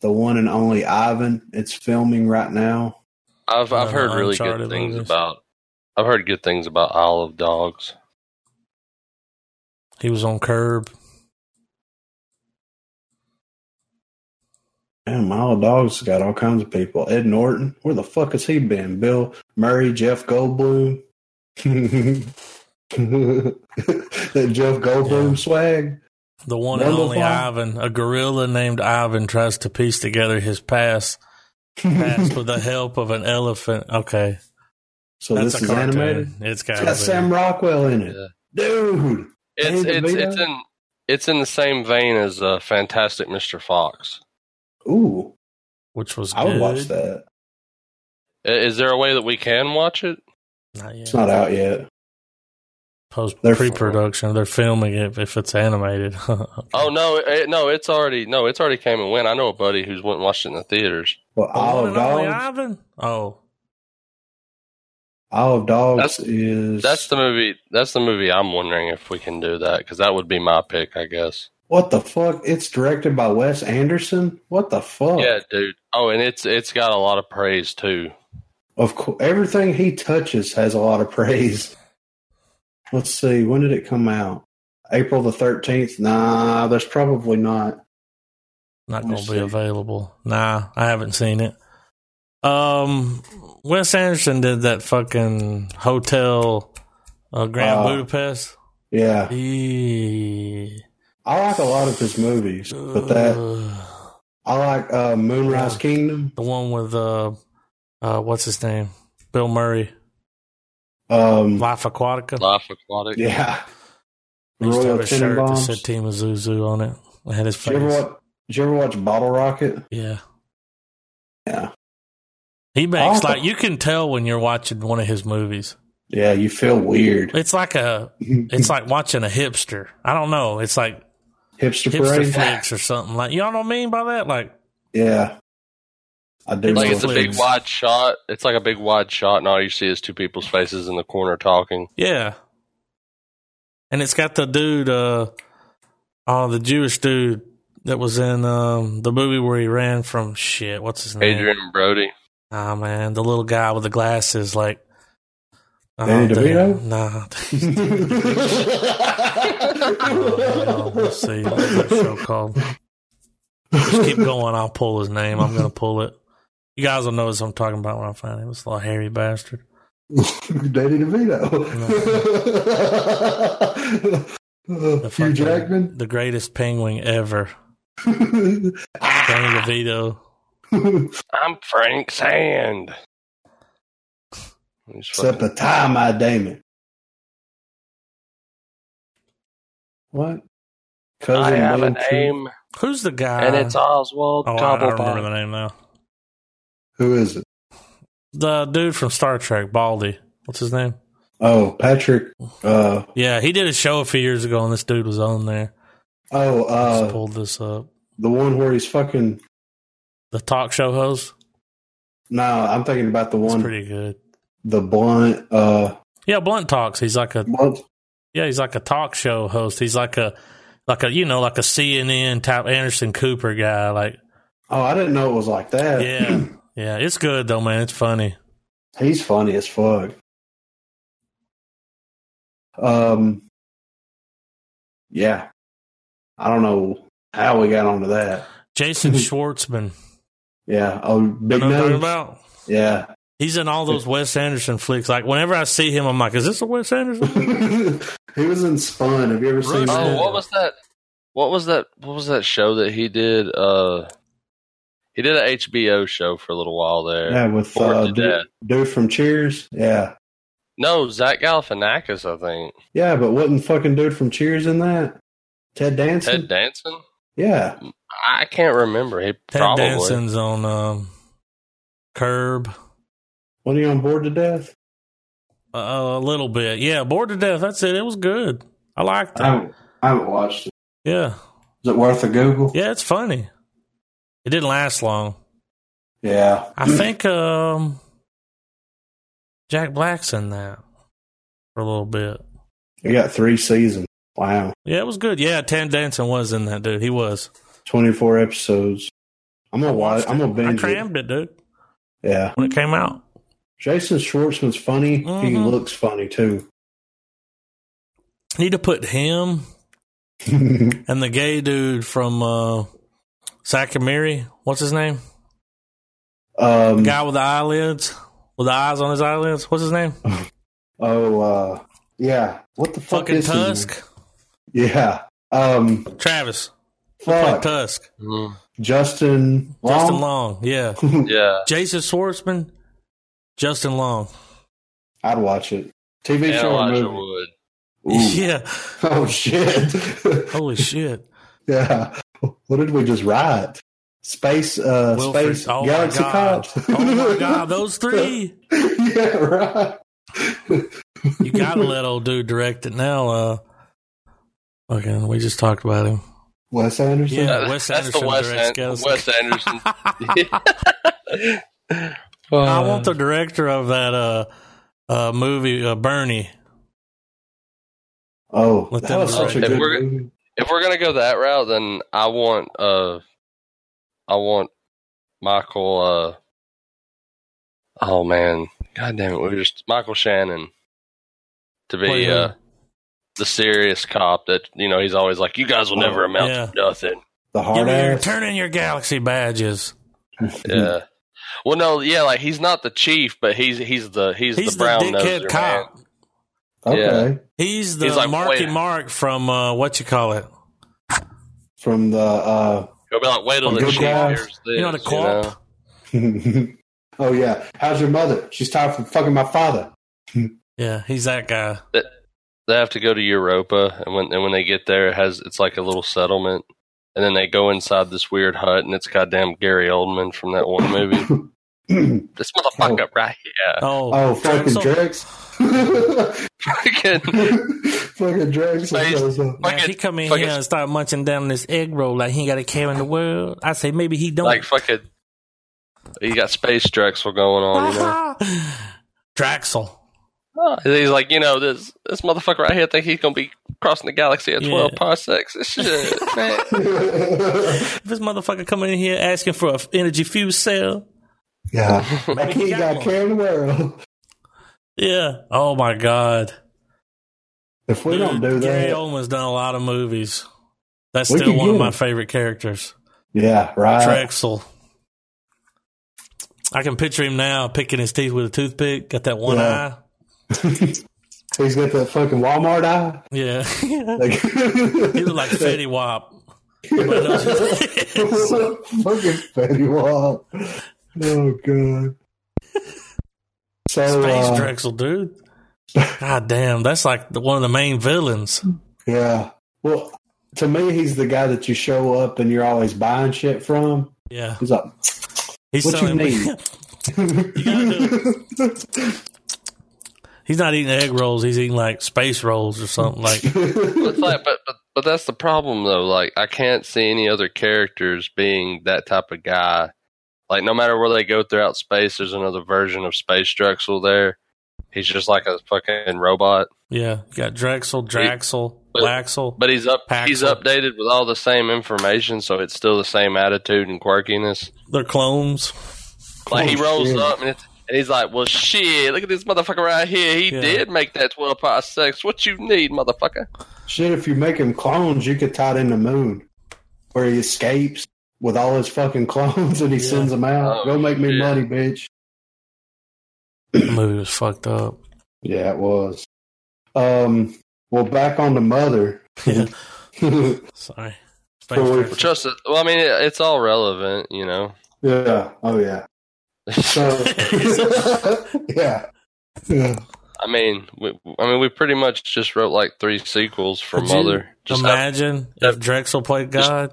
The one and only Ivan. It's filming right now.
I've I've
Uh,
heard really
Uncharted
good things
movies.
about I've heard good things about Isle of Dogs.
He was on Curb.
Damn, Mile Dogs got all kinds of people. Ed Norton, where the fuck has he been? Bill Murray, Jeff Goldblum. that Jeff Goldblum
Yeah.
swag.
The one and
Wonderful.
only Ivan, a gorilla named Ivan, tries to piece together his past past with the help of an elephant. Okay,
so
that's
this
a
is
cartoon.
animated.
It's
It's
got
got Sam Rockwell in it,
Yeah.
dude.
It's
Danny
it's
DeVito?
it's in it's in the same vein as uh, Fantastic Mr. Fox.
Ooh,
which was
I would
good.
watch that.
I- Is there a way that we can watch it?
Not yet.
It's not out yet.
Post
They're-
pre-production. They're filming it if it's animated.
Oh no, it, no, it's already no, it's already came and went. I know a buddy who's went and watched it in the theaters.
Well,
The one
Isle of
and only
Oh, Dogs.
Ivan. Oh,
Isle of Dogs
That's-
is
That's the movie. That's the movie. I'm wondering if we can do that because that would be my pick, I guess.
what the fuck? It's directed by Wes Anderson. What the fuck?
Yeah, dude. Oh, and it's it's got a lot of praise too.
Of course, everything he touches has a lot of praise. Let's see, when did it come out? April the 13th? Nah, there's probably not.
not
Let me
going to be
see.
available. Nah, I haven't seen it. Um, Wes Anderson did that fucking hotel, uh, Grand
Uh,
Budapest.
Yeah.
Eee.
I like a lot of his movies, but that,
Ugh.
I like uh, Moonrise Kingdom,
the one with uh, uh, what's his name? Bill Murray,
um,
Life Aquatica.
Life Aquatic.
yeah,
He used to
Royal
have a shirt that
Tenenbaums.
said
Did
Team Azuzu on it. It had his
you, ever
face.
watch, did you ever watch Bottle Rocket?
Yeah,
Yeah.
He makes
Awful.
like you can tell when you're watching one of his movies.
Yeah, you feel weird.
It's like a it's like watching a hipster. I don't know. It's like
Hipster
hipster
parade.
flicks or something like y'all know what I mean by that? Like
Yeah. I do.
Like
know.
it's a big
Please.
wide shot. It's like a big wide shot, and all you see is two people's faces in the corner talking.
yeah. And it's got the dude uh oh the Jewish dude that was in um the movie where he ran from shit, what's his name?
Adrian Brody.
Ah man, the little guy with the glasses like oh,
Danny
dude,
DeVito?
Nah. Oh, let's
Let's
see. What's that show called? Just keep going. I'll pull his name. I'm going to pull it. You guys will know what I'm talking about when I find it. It's a little hairy bastard.
Danny DeVito.
The
Hugh
fucking-
Jackman.
The greatest penguin ever.
Ah.
Danny DeVito.
I'm Frank Sand. He's
Except
fucking-
the time I damn it. What?
I have a
Bill True.
name,
Who's the guy?
and it's Oswald
Uh, oh, I, I remember the
Cobblepot.
name now.
Who is it?
The dude from Star Trek, Baldy. What's his name?
Oh, Patrick. Uh,
Yeah, he did a show a few years ago, and this dude was on there.
oh,
I Just
uh,
pulled this up.
the one where he's fucking.
The talk show host.
No, I'm thinking about the
It's
one,
pretty good.
the blunt. Uh,
Yeah, Blunt talks. He's like a
blunt.
Yeah, he's like a talk show host. He's like a like a you know like a CNN type Anderson Cooper guy. Like
Oh, I didn't know it was like that.
yeah, yeah, it's good though, man. It's funny.
he's funny as fuck. Um, yeah, I don't know how we got onto that.
Jason Schwartzman,
Yeah, oh,
you
big
know what I'm talking
nose.
about?
Yeah.
He's in all those Wes Anderson flicks. Like whenever I see him, I'm like, is this a Wes Anderson?
he was in Spun. Have you ever seen
Really?
that?
Oh, what was that? What was that? What was that show that he did? Uh, he did an HBO show for a little while there.
Yeah, with
Bored
uh,
to
dude,
death.
dude from Cheers. Yeah.
No, Zach Galifianakis, I think.
Yeah, but wasn't fucking dude from Cheers in that? Ted Danson?
Ted Danson.
yeah.
I can't remember. He
Ted
probably.
Danson's on um, Curb
Wasn't he on board to death?
uh, a little bit. Yeah, bored to death. That's it. It was good. I liked it.
haven't, I haven't watched it.
Yeah,
Is it worth a Google?
yeah, it's funny. It didn't last long.
Yeah.
I think um, Jack Black's in that for a little bit.
We got three seasons. Wow.
Yeah, it was good. Yeah, Tan Danson was in that dude. He was.
24 episodes. I'm going to watch.
watched
I'm going
it.
to binge
I
it.
crammed it. dude,
Yeah.
when it came out.
Jason Schwartzman's funny. He
Mhm.
looks funny too.
Need to put him and the gay dude from uh, Sakamiri. What's his name?
um,
Guy with the eyelids, with the eyes on his eyelids. What's his name?
oh, uh, yeah. What the fuck
Fucking
is his name?
Tusk.
Yeah. Um,
Travis. Like
fuck.
Tusk.
Mhm.
Justin Long.
Justin Long. Yeah.
Yeah.
Jason Schwartzman. Justin Long.
I'd watch it. TV
And
show or
Elijah
movie.
Wood.
Ooh.
Yeah.
Oh shit.
Holy shit.
yeah. What did we just write? Space uh
Wilfred.
space
Oh
galaxy
my god.
cops.
Oh my god, those three.
yeah, right.
You gotta let old dude direct it now. Uh fucking we just talked about him.
Wes Anderson.
Yeah,
That-
Wes
that's the
Anderson
Wes,
directs
An-
Galaxy.
Wes Anderson. Uh,
I want the director of that uh uh movie uh, Bernie.
Oh,
Let
that
them
was such a
write.
good
If we're-
movie.
if we're gonna go that route, then I want uh, I want Michael. Uh, oh man, god damn it, we just Michael Shannon to be
Play who?
uh, the serious cop that you know he's always like, you guys will never amount
Oh, Yeah.
to nothing.
The
Give
hard
me your,
ass.
turn in your galaxy badges. Mm-hmm.
Yeah. Uh, Well, no, yeah, like he's not the chief, but he's he's the he's,
He's
the
the,
brown
dickhead
noser,
cop.
man.
Okay.
He's the
He's like,
Marky
wait.
Mark from uh what you call it?
From the uh
He'll be like, wait till
Oh,
the
good
chief
guy.
hears this.
you know the corp?
know?
Oh yeah. How's your mother? She's tired from fucking my father.
Yeah, he's that guy.
They have to go to Europa, and when and when they get there, it has it's like a little settlement, and then they go inside this weird hut, and it's goddamn Gary Oldman from that one movie. This motherfucker right here.
Oh,
oh, fucking
Drexel.
Drex.
Freaking-
fucking Drex.
Nice.
was so-
Man,
Fucking-
he come in
fucking-
here and start munching down this egg roll like he ain't got a care in the world. I say maybe he don't.
like fucking. You got space Drexel going on. You know?
Draxel.
Oh, He's like, you know, this this motherfucker right here think he's gonna be crossing the galaxy at
Yeah.
twelve parsecs. Shit, man.
This motherfucker coming in here asking for an energy fuel cell.
yeah,
Maybe
he got
one.
Karen World.
Yeah. Oh my God.
If we don't do
Dude, Gary
that,
Oldman's done a lot of movies. That's
We
still
could
one of
get
my
him.
favorite characters.
yeah, right.
Drexel. I can picture him now picking his teeth with a toothpick. Got that one
Yeah.
eye.
He's got that fucking Walmart eye.
Yeah.
Like,
he looked like Fetty Wap. Nobody knows who he is.
fucking Fetty Wall. Oh god. So
Space
uh,
Drexel, dude. God damn, that's like the, one of the main villains.
yeah. Well, to me, he's the guy that you show up and you're always buying shit from.
Yeah,
He's like,
he's
What you
selling.
need?
he's not eating egg rolls. He's eating like space rolls or something. Like,
But it's like, but, but but that's the problem though. Like, I can't see any other characters being that type of guy. Like, no matter where they go throughout space, there's another version of Space Drexel there. He's just like a fucking robot,
yeah, you got Drexel, Draxel,
but-
Laxel.
but he's up. He's
Paxel.
updated with all the same information, so it's still the same attitude and quirkiness.
They're clones.
Like he
Oh,
rolls
shit.
up and, it's, and he's like, "Well, shit! Look at this motherfucker right here. He
Yeah.
did make that twelve past six. What you need, motherfucker?
shit, if you make him clones, you could tie it in the moon, where he escapes with all his fucking clones and he
Yeah.
sends them out.
Oh,
Go make me
shit.
money, bitch.
The movie was fucked up.
Yeah, it was. Um. Well, back on the mother.
Yeah, sorry. Space
Well, we-
Drexel.
Trust it. Well, I mean, it, it's all relevant, you know.
Yeah. Oh yeah. So yeah. Yeah.
I mean, we, I mean, we pretty much just wrote like three sequels for
Could you
Mother. Just have-
Imagine
that- Oh,
if Drexel played God.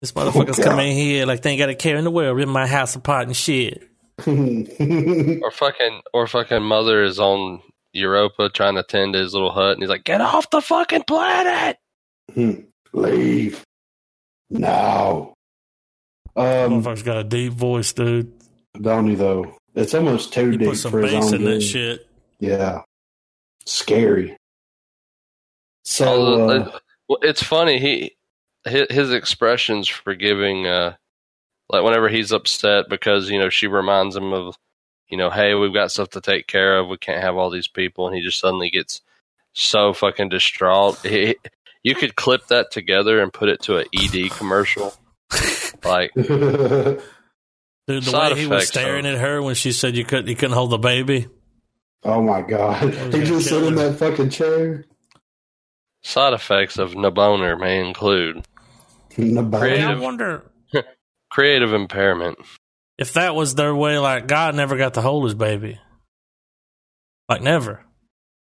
This motherfucker's
God.
coming here like they ain't got a care in the world. Rip my house apart and shit.
or fucking, or fucking Mother is on Europa trying to tend to his little hut, and he's like, "Get off the fucking planet!"
Leave. No. Um
Motherfucker's got a deep voice, dude.
Donnie though. It's almost too
He
deep
put some
for his
bass
own
in that
good.
shit.
Yeah. Scary. So
Although,
uh,
uh, well, it's funny he his, his expressions for giving, uh, like whenever he's upset because you know she reminds him of, you know, hey, we've got stuff to take care of. We can't have all these people, and he just suddenly gets so fucking distraught. He, you could clip that together and put it to a ED commercial, like.
uh,
Dude, the
Side
way he was
effects,
staring at her when she said you couldn't, you couldn't hold the baby.
Oh my god.
was
He
gonna
just
kill
sit in
him.
that fucking chair.
Side effects of Naboner may include
In the
And
bottom.
I
Creative.
wonder
creative impairment.
if that was their way. Like God never got to hold his baby, like never.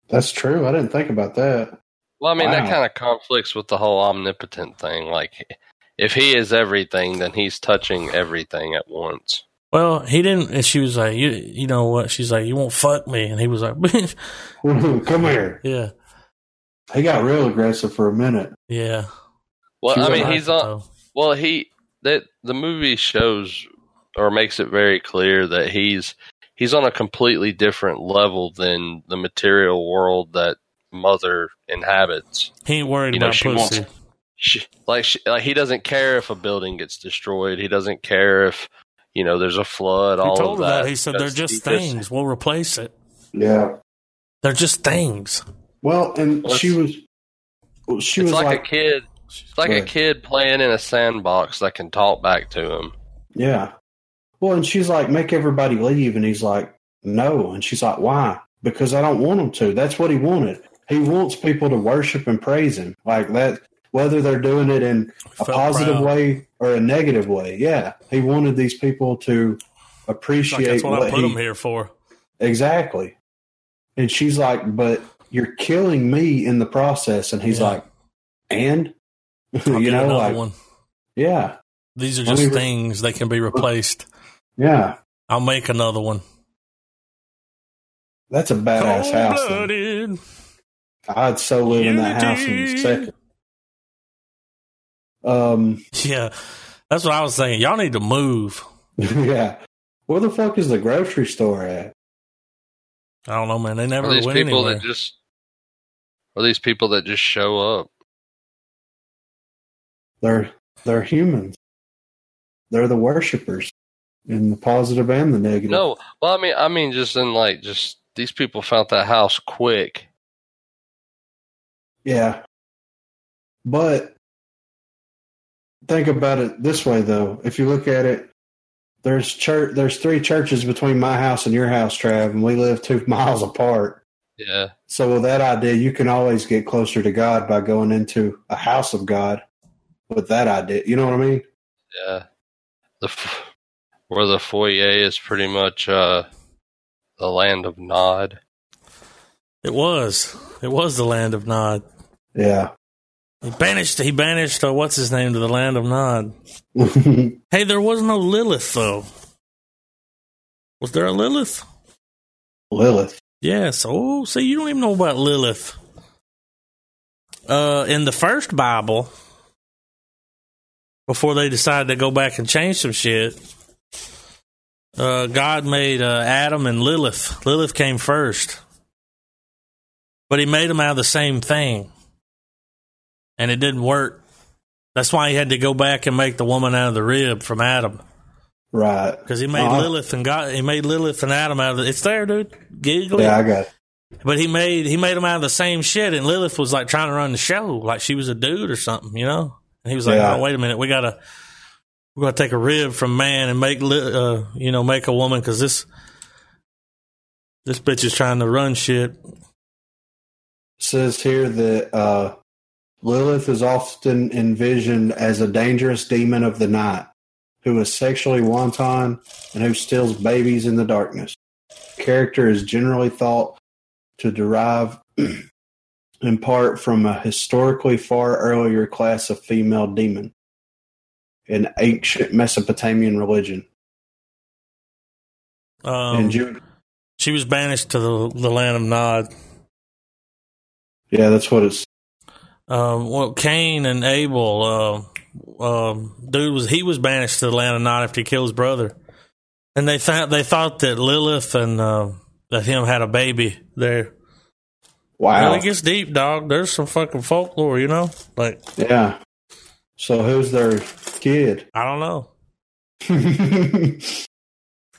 That's true. I didn't think about that.
Well, I mean, that
Wow.
kind of conflicts with the whole omnipotent thing. Like, if he is everything, then he's touching everything at once.
Well, he didn't. And she was like, you, you know what? She's like, you won't fuck me. And he was like, "Bitch."
Come here.
yeah,
He got real aggressive for a minute.
yeah.
Well,
She's
I mean,
alive,
he's
Uh-huh.
on. Well, he that the movie shows or makes it very clear that he's he's on a completely different level than the material world that Mother inhabits.
He ain't worried
You know,
about
she wants-
pussy.
she, like she, like he doesn't care if a building gets destroyed. He doesn't care if you know there's a flood.
He
all
told
of
her
that.
that. He said they're
Because he
just things. We'll replace it.
Yeah.
They're just things.
Well, and
Well,
she was, well, she
it's
was
like,
like,
a kid. It's like a
Right.
kid playing in a sandbox that can talk back to him.
yeah. Well, and she's like, make everybody leave, and he's like, no, and she's like, why? Because I don't want him to. That's what he wanted. He wants people to worship and praise him like that, whether they're doing it in a
Felt
positive
proud.
way or a negative way. Yeah, he wanted these people to
It's
appreciate
Like, that's what, I put
he,
him here for.
Exactly. And she's like, but you're killing me in the process. And he's
Yeah.
like, and
I'll
you
get
know,
another
like,
one.
yeah,
These are
Let
just
me re-
things. They can be replaced.
yeah.
I'll make another one.
That's a badass house. though.
Cold-blooded.
I'd so live in that house in a
Unity.
second. Um,
Yeah, that's what I was thinking. Y'all need to move.
yeah. Where the fuck is the grocery store at?
I don't know, man. They never
Are these
went
people
anywhere.
that just are these people that just show up?
They're they're humans. They're the worshippers in the positive and the negative.
No, well, I mean, I mean, just in like, just these people found that house quick.
Yeah. But think about it this way though. If you look at it, there's church there's three churches between my house and your house, Trav, and we live two miles apart.
Yeah,
So with that idea, you can always get closer to God by going into a house of God with that idea. You know what I mean?
yeah. The f- where the foyer is pretty much uh the land of Nod.
it was. It was the land of Nod.
Yeah.
He banished. He banished. Uh, what's his name to the land of Nod? Hey, there was no Lilith though. Was there a Lilith?
Lilith.
Yes. Oh, see, you don't even know about Lilith. Uh, in the first Bible, before they decided to go back and change some shit, uh, God made uh, Adam and Lilith. Lilith came first, but He made them out of the same thing, and it didn't work. That's why He had to go back and make the woman out of the rib from Adam.
Right.
Because he made
Uh-huh.
Lilith and God, he made Lilith and Adam out of the, it's there, dude. Giggly.
Yeah, I got it.
But he made he made them out of the same shit, and Lilith was like trying to run the show, like she was a dude or something, you know. And he was like,
Yeah.
"Oh, wait a minute, we gotta we're gonna take a rib from man and make li- uh, you know make a woman because this this bitch is trying to run shit."
says here that uh, Lilith is often envisioned as a dangerous demon of the night who is sexually wanton and who steals babies in the darkness. Character is generally thought to derive in part from a historically far earlier class of female demon in ancient Mesopotamian religion.
Um,
in Jude,
she was banished to the the land of Nod.
yeah, that's what it's.
Um, well, Cain and Abel, uh, um, dude was he was banished to the land of Nod after he killed his brother, and they thought they thought that Lilith and uh, that him had a baby there.
Wow.
Well, it gets deep, dog. There's some fucking folklore, you know. Like
Yeah. So who's their kid?
I don't know.
the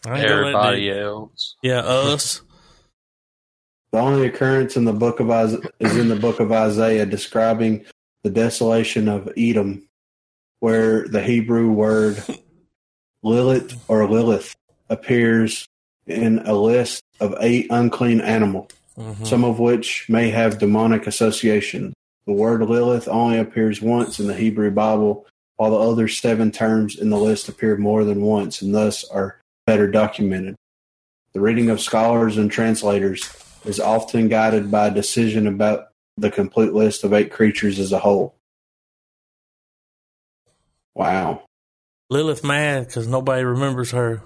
I ain't gonna let
Everybody
deep.
else.
yeah, us.
only occurrence in the book of Isaiah is in the book of Isaiah describing the desolation of Edom, where the Hebrew word Lilith or Lilith appears in a list of eight unclean animals,
Mhm.
some of which may have demonic association. The word Lilith only appears once in the Hebrew Bible, while the other seven terms in the list appear more than once and thus are better documented. The reading of scholars and translators is often guided by a decision about the complete list of eight creatures as a whole. Wow.
Lilith mad because nobody remembers her.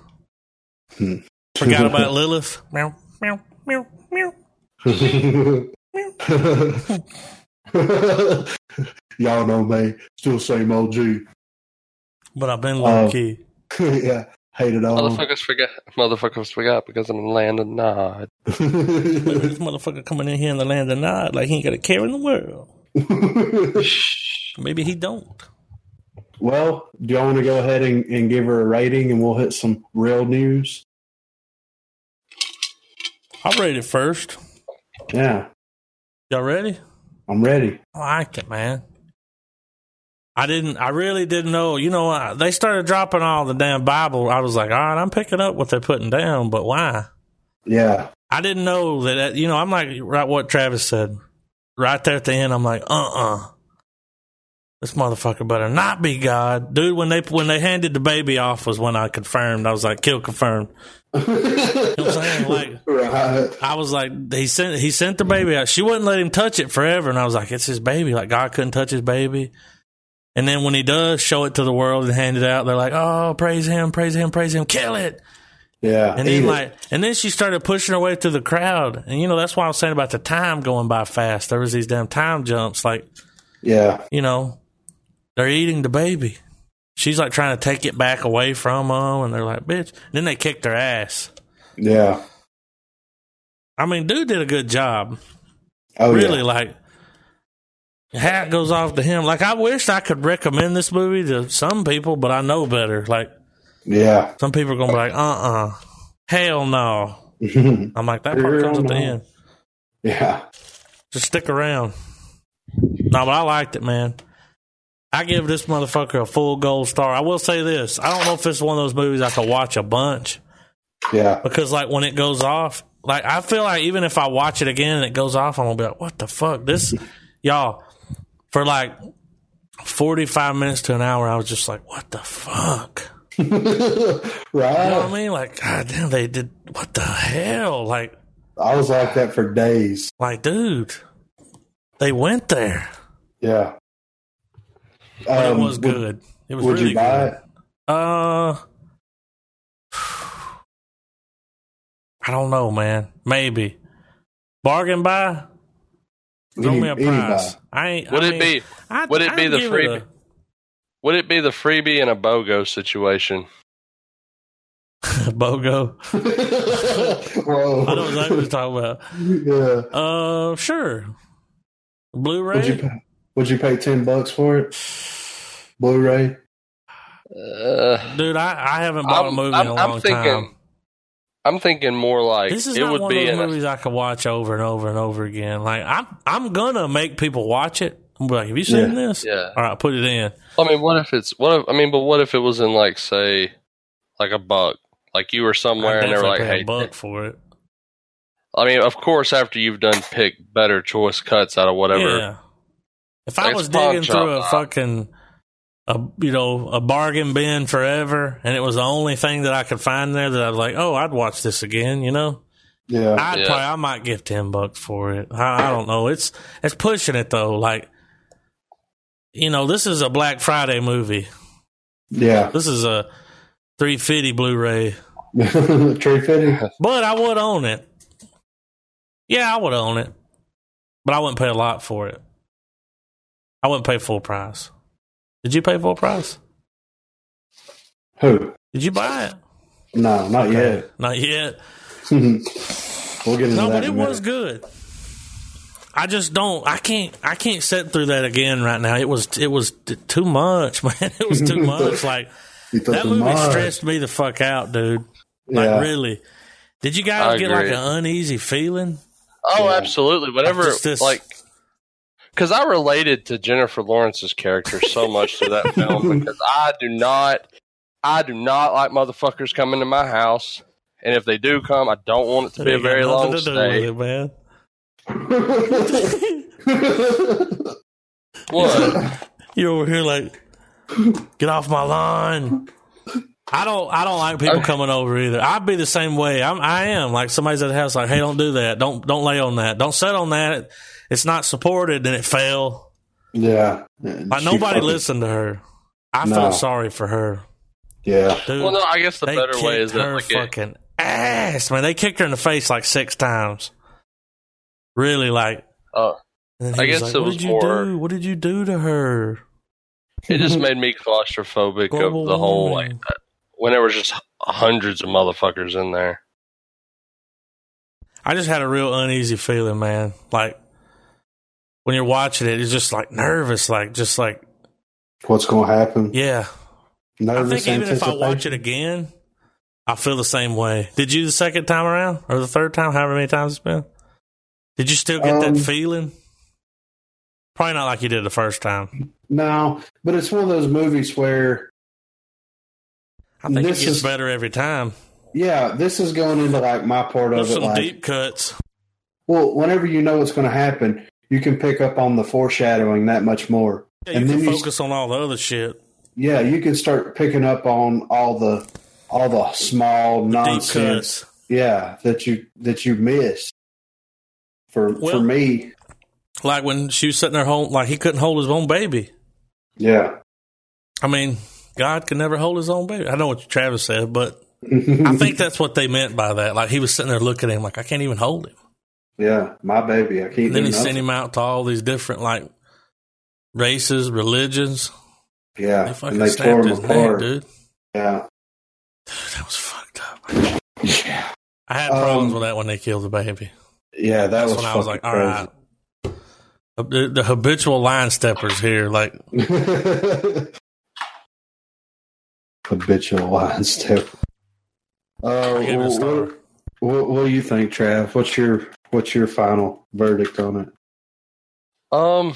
Hmm.
Forgot about Lilith. Meow meow meow meow.
Y'all know me. Still same old G.
But I've been low
Oh.
key.
yeah. Hate it all.
Motherfuckers forgot. Motherfuckers forgot because I'm in the land of Nod.
Look at this motherfucker coming in here in the land of Nod, like he ain't got a care in the world. Maybe he don't.
well, do y'all want to go ahead and, and give her a rating and we'll hit some real news?
I'll rate it first.
Yeah,
Y'all ready?
I'm ready.
I like it, man. I didn't. I really didn't know. You know, I, they started dropping all the damn Bible. I was like, all right, I'm picking up what they're putting down, but why?
Yeah.
I didn't know that. uh, You know, I'm like right what Travis said. Right there at the end, I'm like, uh, uh This motherfucker better not be God, dude. When they when they handed the baby off was when I confirmed. I was like, kill confirmed. I'm saying? Like-
right.
I was like, he sent he sent the baby out. She wouldn't let him touch it forever, and I was like, it's his baby. Like God couldn't touch his baby. And then when he does show it to the world and hand it out, they're like, oh, praise him, praise him, praise him, kill it.
Yeah.
And
eat
then
it.
like, and then she started pushing her way through the crowd. And you know, that's why I was saying about the time going by fast. There was these damn time jumps. Like,
yeah.
you know, they're eating the baby. She's like trying to take it back away from them, and they're like, "Bitch!" And then they kicked her ass.
Yeah.
I mean, dude did a good job.
Oh,
really,
yeah.
like, hat goes off to him. Like, I wish I could recommend this movie to some people, but I know better. Like,
Yeah.
some people are gonna be like, "Uh, uh hell no." I'm like, that part
Hell
comes at the
no.
end.
yeah.
Just stick around. No, but I liked it, man. I give this motherfucker a full gold star. I will say this. I don't know if it's one of those movies I could watch a bunch
Yeah.
because, like, when it goes off, like, I feel like even if I watch it again and it goes off, I'm going to be like, what the fuck? This, y'all, for like 45 minutes to an hour, I was just like, what the fuck? You know what
right.
I mean? Like, goddamn, they did, what the hell? Like,
I was like that for days.
like, dude, they went there.
Yeah.
But
Um,
it was
would-
good. It was
Would,
really
you buy
good.
it?
Uh, I don't know, man. Maybe bargain buy. Throw
Any-
me a
any
price.
buy.
I ain't.
Would
I
it
mean,
be
I,
would it be
I'd
the
give
freebie? would it be the freebie and a BOGO situation?
a Bogo.
Whoa.
I don't know what you're talking about.
Yeah.
Uh, sure.
Would you
Blu-ray.
pay, would you pay ten bucks for it? Blu-ray.
Uh,
Dude, I, I haven't bought a
I'm-
movie
I'm-
in a
I'm
long
thinking,
time.
I'm thinking more like
This is
it
not
would
one of
be
those
in a-
movies I could watch over and over and over again. Like I'm, I'm gonna make people watch it. I'm like, have you seen this?
yeah.
All right, put it in.
I mean, what if it's what if I mean, but what if it was in like say like a bug, like you were somewhere
I'd
and they were
definitely
like,
pay a
hey,
buck for it.
I mean, of course, after you've done pick better choice cuts out of whatever,
Yeah. If
Like,
I
it's
was
pawn
digging
shop,
through a
uh,
fucking, a you know, a bargain bin forever, and it was the only thing that I could find there that I was like, oh, I'd watch this again. You know,
Yeah.
I'd
Yeah.
probably, I might give ten bucks for it. I, I don't know. It's it's pushing it though. Like, you know, this is a Black Friday movie.
yeah.
This is a three fifty Blu-ray.
Tree fitting.
But I would own it. Yeah, I would own it. But I wouldn't pay a lot for it. I wouldn't pay full price. Did you pay full price?
Who?
Did you buy it?
No, not yet.
Not yet.
we'll get into
No,
that.
but
in
it
a minute.
was good. I just don't. I can't. I can't sit through that again right now. It was. It was t- too much, man. It was too much. Like
You thought
that
the
movie
mod-
stressed me the fuck out, dude. Like
Yeah.
really. Did you
I
guys get like
agree.
an uneasy feeling?
oh,
Yeah.
absolutely, whatever,
Just this-
like. Because I related to Jennifer Lawrence's character so much to that film because I do not, I do not like motherfuckers coming to my house, and if they do come, I don't want it to be a
Ain't got
very
nothing
long
to do with
stay.
it, man.
What?
You're over here like, get off my lawn. I don't. I don't like people
Okay.
coming over either. I'd be the same way. I'm. I am like somebody's at the house. Like, hey, don't do that. Don't don't lay on that. Don't sit on that. It's not supported, and it fell.
yeah.
Like
She
nobody
fucking-
listened to her. I
No.
feel sorry for her,
Yeah.
dude.
Well, no, I guess the
they
better
kicked
way is that
her
like it,
fucking ass, man. They kicked her in the face like six times. Really, like.
uh,
And then
I
he
guess
was like,
it
what
was
did you
more-
do? What did you do to her?
it just made me claustrophobic
Global
of the whole like
warming.
when there was just h- hundreds of motherfuckers in there.
I just had a real uneasy feeling, man. Like when you're watching it, it's just like nervous, like just like
What's going to happen?
yeah. I
Nervous
think even if I watch it
anticipation?
again, I feel the same way. Did you the second time around or the third time, however many times it's been? Did you still get
Um,
that feeling? Probably not like you did the first time.
No, but it's one of those movies where,
I think it
this
gets
is-
better every time.
yeah, this is going into like my part of
There's
it.
some
Like,
deep cuts.
well, whenever you know what's going to happen, you can pick up on the foreshadowing that much more.
Yeah, you
and
can
then you
focus on all the other shit.
yeah, you can start picking up on all the all the small
Deep
nonsense.
cuts.
Yeah, that you that you missed. For
Well-
for me,
Like when she was sitting there home like he couldn't hold his own baby.
yeah,
I mean, God can never hold his own baby. I know what Travis said, but I think that's what they meant by that. Like he was sitting there looking at him like I can't even hold him.
yeah, my baby. I can't.
And then
do
he
nothing.
sent him out to all these different like races, religions. They
Yeah,
fucking
and they tore
snapped
him
his neck,
apart.
dude.
yeah,
That was fucked up.
yeah,
I had problems
Um,
with that when they killed the baby.
yeah. That
That's
was
when
fucking
I was like, all
crazy.
right. The, the habitual line steppers here, like
Habitual lines too. Uh,
I gave it a
wh-
star.
wh- wh- what, do you think, Trav? What's your what's your final verdict on it?
Um,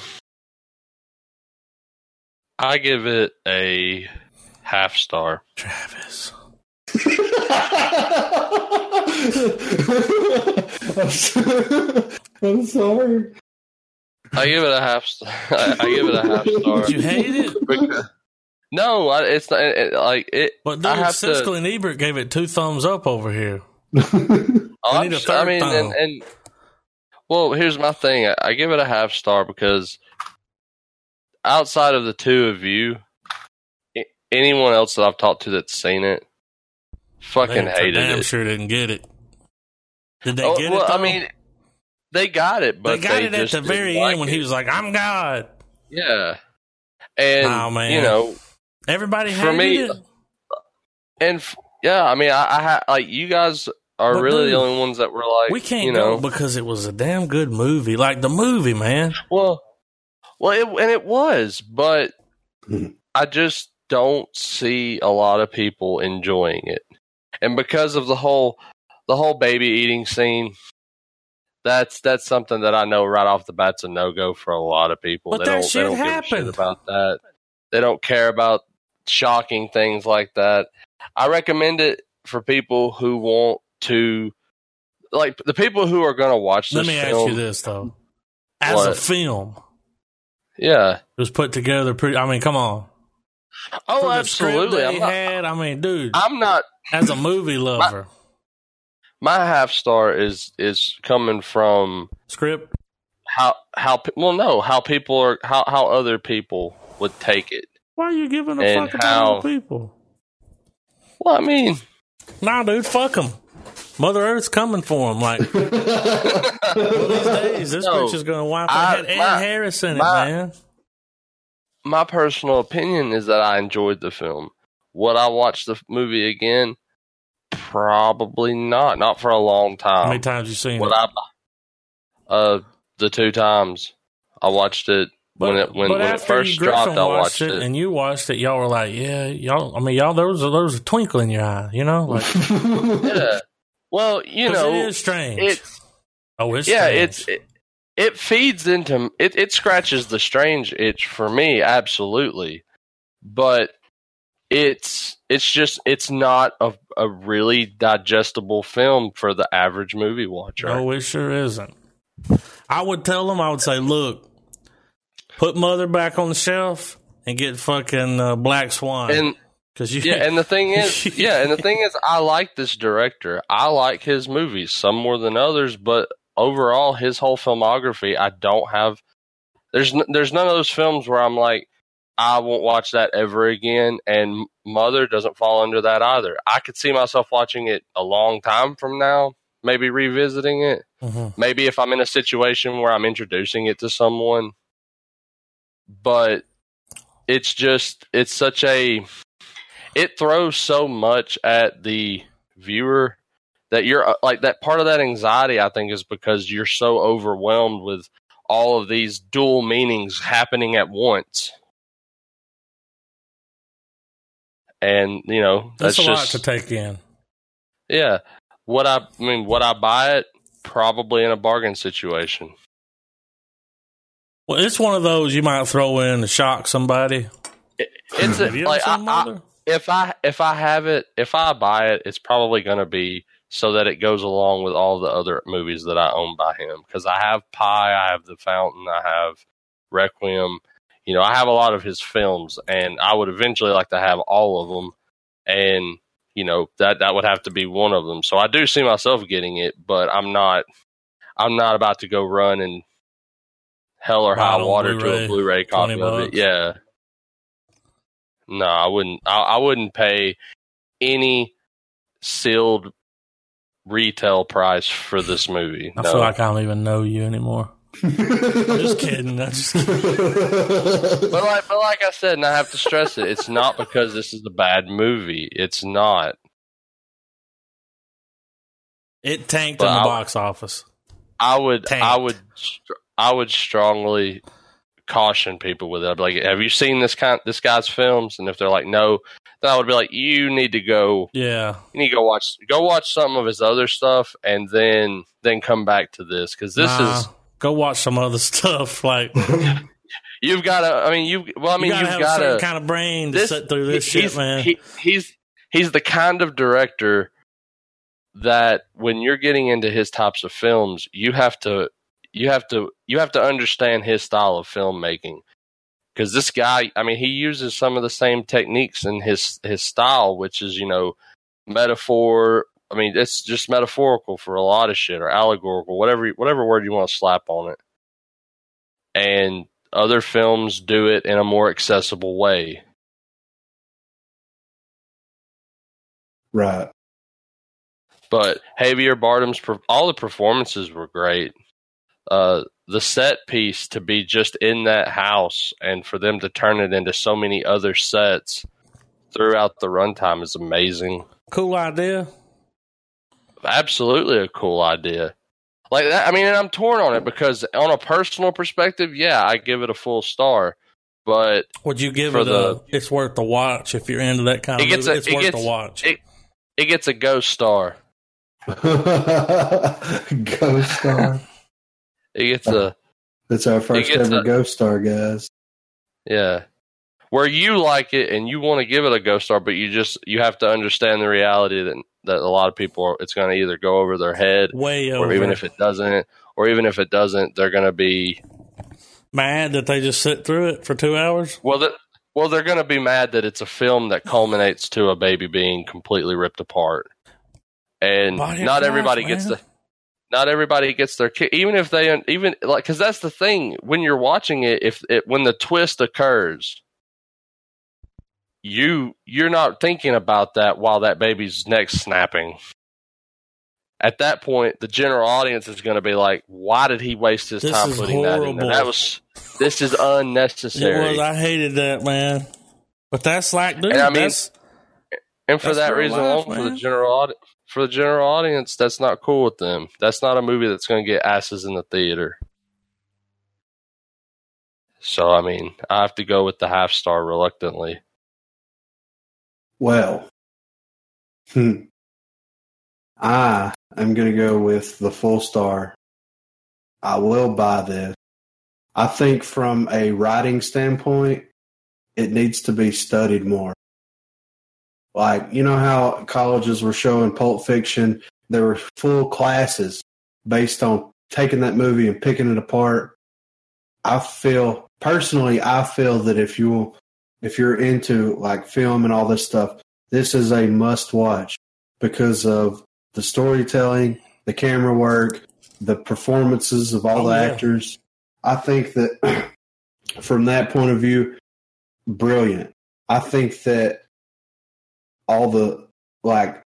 I give it a half star.
Travis.
I'm, so- I'm sorry.
I give it a half. St- I, I give it a half star.
Did you hate it?
Because- no, I, it's not it, like it.
But
I
dude,
have to-
Siskel and Ebert gave it two thumbs up over here. I
I'm
need a
sure- I
third
mean, and,
thumb.
and well, here's my thing. I, I give it a half star because outside of the two of you, a- anyone else that I've talked to that's seen it, fucking
They for
hated
damn
it.
sure didn't get it. Did they
Oh,
get
well,
it? Though?
I mean, they got it,
they
but
got it at
just
the
didn't
very
like
end when
it.
he was like, "I'm God."
Yeah. And
Oh, man.
you know,
Everybody
For
hated
me,
it.
and f- yeah, I mean, I, I ha- like you guys are
But,
really
dude,
the only ones that were like,
we can't
you know,
go because it was a damn good movie. Like the movie, man.
well, well, it, and it was, but
Mhm.
I just don't see a lot of people enjoying it, and because of the whole the whole baby eating scene. That's that's something that I know right off the bat's a no go for a lot of people.
But
they
that
don't,
shit
they don't give a
happened.
shit about that. They don't care about shocking things like that. I recommend it for people who want to, like the people who are going to watch
Let
this.
me ask
film,
you this though: as a
What?
film,
Yeah.
it was put together pretty. I mean, come on. For
Oh,
the script
absolutely.
that
I'm
he
not,
had. I mean, dude,
I'm not.
as a movie lover,
My half star is is coming from
script.
how how pe- well no how people are how how other people would take it.
Why are you giving a
And
fuck about
how-
old people?
Well, I mean,
Nah, dude, fuck them. Mother Earth's coming for them. Like these days, this
No,
bitch is gonna wipe
I-
her head.
my-
Ed Harris in it,
my-
man.
my personal opinion is that I enjoyed the film. Would I watch the movie again? Probably not. Not for a long
How many
time.
times you seen
Would
it?
um, I? Uh, the two times I watched it when it when, when it
after
first
Griffin
dropped, I watched
watched
it.
and you watched it. Y'all were like, "Yeah, y'all." I mean, y'all. There was a, there was a twinkle in your eye, you know. Like,
yeah. Well, you
'cause
know,
it is strange.
it's
oh, it's
yeah,
strange.
it's it, it feeds into it. It scratches the strange itch for me, absolutely. But it's it's just it's not a a really digestible film for the average movie watcher.
No, it sure isn't. I would tell them, I would say, look, put Mother back on the shelf and get fucking uh, Black Swan.
and
Because you,
yeah, and the thing is, yeah, and the thing is, I like this director. I like his movies, some more than others, but overall, his whole filmography, I don't have. There's n- there's none of those films where I'm like, I won't watch that ever again. And Mother doesn't fall under that either. I could see myself watching it a long time from now, maybe revisiting it.
Mhm.
Maybe if I'm in a situation where I'm introducing it to someone, but it's just it's such a it throws so much at the viewer that you're uh, like that part of that anxiety I think is because you're so overwhelmed with all of these dual meanings happening at once. And you know,
that's,
that's,
a
just
lot to take in.
yeah. Would I, I mean, would I buy it? Probably in a bargain situation.
Well, it's one of those you might throw in to shock somebody.
It's a,
Have you ever
like I,
seen
I,
Mother?
if I if I have it, if I buy it, it's probably going to be so that it goes along with all the other movies that I own by him because I have Pie, I have The Fountain, I have Requiem. You know, I have a lot of his films, and I would eventually like to have all of them. And you know that that would have to be one of them. So I do see myself getting it, but I'm not. I'm not about to go run and hell or
Buy it
high
on
water to
Blu-ray,
a Blu-ray copy
20
of it.
bucks.
Yeah. No, I wouldn't. I, I wouldn't pay any sealed retail price for this movie.
I
No.
feel like I don't even know you anymore. I'm just kidding. I'm just kidding.
but like, but like I said, and I have to stress it, it's not because this is a bad movie. It's not.
It tanked
But
in the
I-
box office.
I would, I
Tanked.
would, str- I would strongly caution people with it. I'd be like, "Have you seen this kind, this guy's films?" And if they're like, "No," then I would be like, "You need to go,
Yeah.
you need to go watch, go watch some of his other stuff, and then then come back to this because this
Nah,
is
go watch some other stuff. Like
you've got to. I mean, you well, I mean,
you gotta
have
have
got
a certain
to
kind of brain to
this-
sit through this
he-
shit,
he's,
man.
he- he's he's the kind of director that when you're getting into his types of films, you have to you have to you have to understand his style of filmmaking. Because this guy, I mean, he uses some of the same techniques in his his style, which is you know metaphor. I mean, it's just metaphorical for a lot of shit, or allegorical, whatever whatever word you want to slap on it. And other films do it in a more accessible way.
right.
But Javier Bardem's per- all the performances were great. Uh, the set piece to be just in that house and for them to turn it into so many other sets throughout the runtime is amazing.
cool idea.
Absolutely a cool idea. Like that, I mean, and I'm torn on it because on a personal perspective, yeah, I give it a full star, but
Would you give
For
it
the-
a? It's worth the watch if you're into that kind
It
of.
gets
movie.
a-
it's
it
worth
gets-
the watch.
it- it gets a ghost star.
ghost star.
It gets a
That's our first
gets
ever
a-
ghost star, guys.
Yeah. Where you like it and you want to give it a ghost star, but you just you have to understand the reality that that a lot of people are, it's going to either go over their head,
Way
or
over.
even if it doesn't, or even if it doesn't, they're going to be
mad that they just sit through it for two hours.
well. That, well, they're going to be mad that it's a film that culminates to a baby being completely ripped apart, and
Body of
not
Christ,
everybody gets
man.
the. Not everybody gets their kick, even if they even like because that's the thing when you're watching it. If it when the twist occurs, you you're not thinking about that while that baby's neck snapping. At that point, the general audience is going to be like, "Why did he waste his
This
time
is
putting that in
horrible.
there? That was this is
It
unnecessary."
was. I hated that, man. But that's like, dude.
And I mean-
that's
and for
that's
that
real
reason
life,
alone, for the
man.
general audi- for the general audience, that's not cool with them. That's not a movie that's going to get asses in the theater. So I mean, I have to go with the half star reluctantly.
Well, hmm. I am going to go with the full star. I will buy this. I think from a writing standpoint, it needs to be studied more. Like, you know how colleges were showing Pulp Fiction? There were full classes based on taking that movie and picking it apart. I feel, personally, I feel that if you if you're into like film and all this stuff, this is a must watch because of the storytelling, the camera work, the performances of all
Oh,
the
yeah.
actors. I think that from that point of view, brilliant. I think that all the like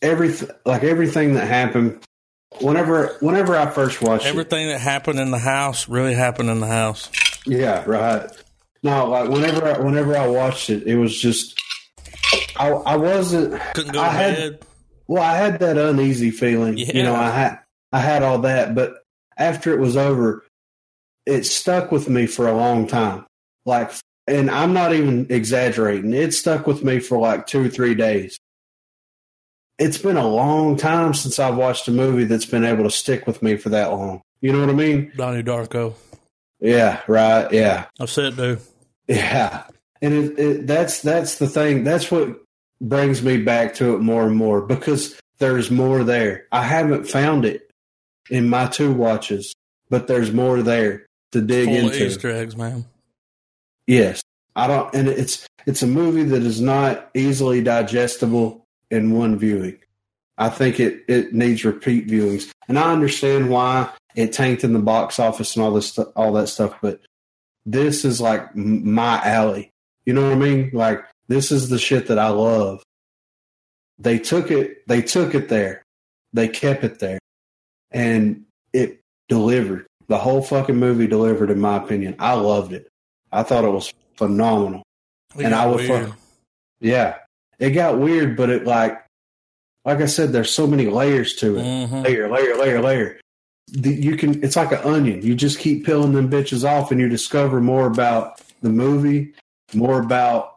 everything like everything that happened whenever whenever I first watched it,
everything that happened in the house really happened in the house.
yeah, right. No, like whenever I, whenever I watched it, it was just I I wasn't
Couldn't go
I
to
had-
bed.
well. I had that uneasy feeling, you know.
Yeah.
I had I had all that, but after it was over, it stuck with me for a long time. Like, and I'm not even exaggerating. It stuck with me for like two or three days. It's been a long time since I've watched a movie that's been able to stick with me for that long. You know what I mean?
Donnie Darko.
Yeah, right. Yeah.
I said, dude.
Yeah, and it, it, that's that's the thing. That's what brings me back to it more and more because there's more there. I haven't found it in my two watches, but there's more there to dig
Full of
into.
Easter eggs, man.
Yes, I don't, and it's it's a movie that is not easily digestible in one viewing. I think it it needs repeat viewings, and I understand why it tanked in the box office and all this stu- all that stuff. But this is like m- my alley. You know what I mean? Like this is the shit that I love. They took it. They took it there. They kept it there, and it delivered. The whole fucking movie delivered, in my opinion. I loved it. I thought it was phenomenal.
It
And
got
I would
weird.
fuck- Yeah, it got weird, but it like, like I said, there's so many layers to it.
Mhm.
Layer, layer, layer, layer. The, you can. It's like an onion. You just keep peeling them bitches off, and you discover more about the movie, more about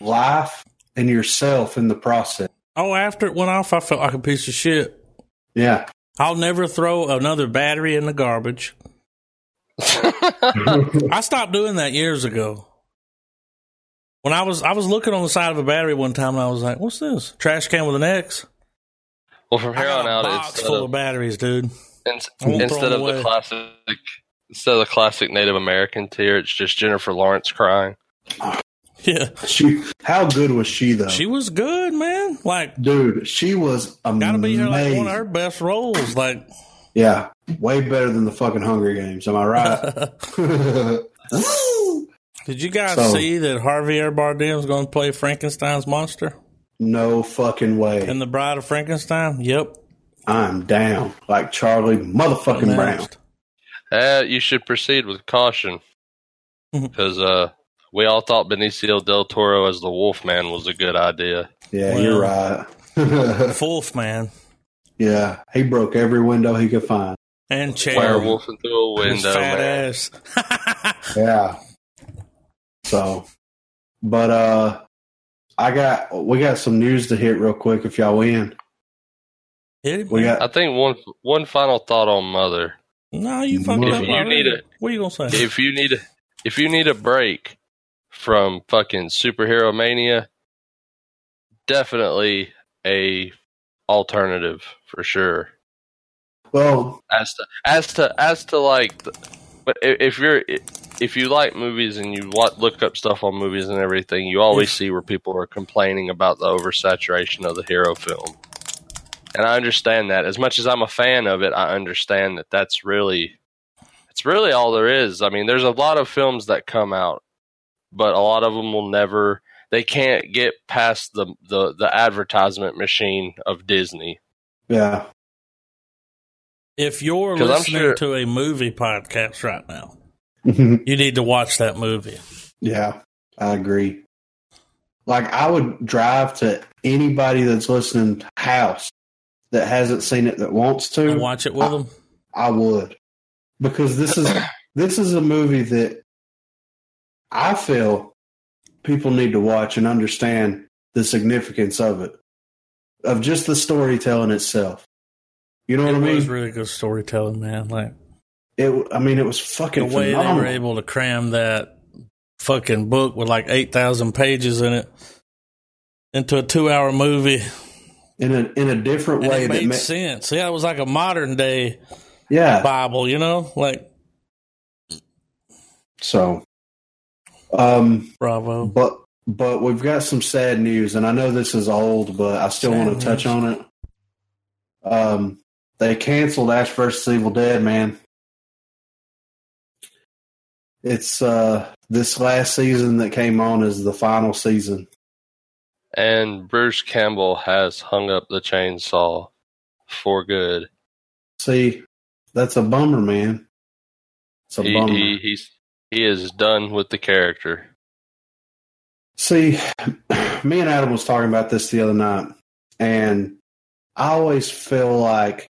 life, and yourself in the process.
Oh, after it went off, I felt like a piece of shit.
Yeah.
I'll never throw another battery in the garbage. I stopped doing that years ago. When I was I was looking on the side of a battery one time and I was like, "What's this? Trash can with an X?"
well, from
I
here
got
on
a
out, uh,
box
instead
full
of,
of batteries, dude.
in-
I won't
instead
throw
of
'em
the
away.
classic, instead of the classic Native American tear, it's just Jennifer Lawrence crying.
Yeah,
She. How good was she though?
she was good, man. Like,
Dude, she was amazing.
gotta be her like one of her best roles. Like,
Yeah, way better than the fucking Hunger Games. Am I right?
did you guys
So-
see that Javier Bardem's going to play Frankenstein's monster
no fucking way.
in The Bride of Frankenstein? Yep,
I'm down. Like Charlie motherfucking Brown.
announced.
Uh, you should proceed with caution
Mhm.
because uh, we all thought Benicio del Toro as the Wolfman was a good idea.
Yeah, you're right.
Wolf man
yeah, he broke every window he could find.
and chair.
Werewolf and through a
His
window,
fat
man.
ass.
Yeah. So, but uh, I got we got some news to hit real quick. If y'all win,
Hit it,
we
man.
got
I think one one final thought on Mother.
No, you fucked
If
up.
you
already.
need it-
What are you gonna say?
If you need a, if you need a break from fucking superhero mania, definitely a alternative for sure.
well.
as to as to as to like the- but i- if you're if you like movies and you wa look up stuff on movies and everything you always see where people are complaining about the oversaturation of the hero film and i understand that as much as i'm a fan of it i understand that that's really it's really all there is i mean there's a lot of films that come out but a lot of them will never they can't get past the the, the advertisement machine of disney
Yeah,
If you're
'Cause I'm
listening
sure-
to a movie podcast right now, you need to watch that movie.
yeah, I agree. Like I would drive to anybody that's listening house that hasn't seen it that wants to.
And watch it with them.
I would. Because this is this is a movie that I feel people need to watch and understand the significance of it. Of just the storytelling itself. You know what I
It was
mean?
really good storytelling, man. Like
It I mean it was
the
fucking
way they were
phenomenal.
able to cram that fucking book with like eight thousand pages in it into a two-hour movie,
in a in a different
and
way
it
that
made
ma-
sense. Yeah, it was like a modern day
Yeah.
Bible, you know? Like
So um
bravo.
but but we've got some sad news, and I know this is old, but I still
Sad
want to touch
news.
on it. Um, they canceled Ash versus Evil Dead, man. It's uh this last season that came on is the final season.
And Bruce Campbell has hung up the chainsaw for good.
See, that's a bummer, man. It's a
He,
bummer.
he, he's, he is done with the character.
See, me and Adam was talking about this the other night, and I always feel like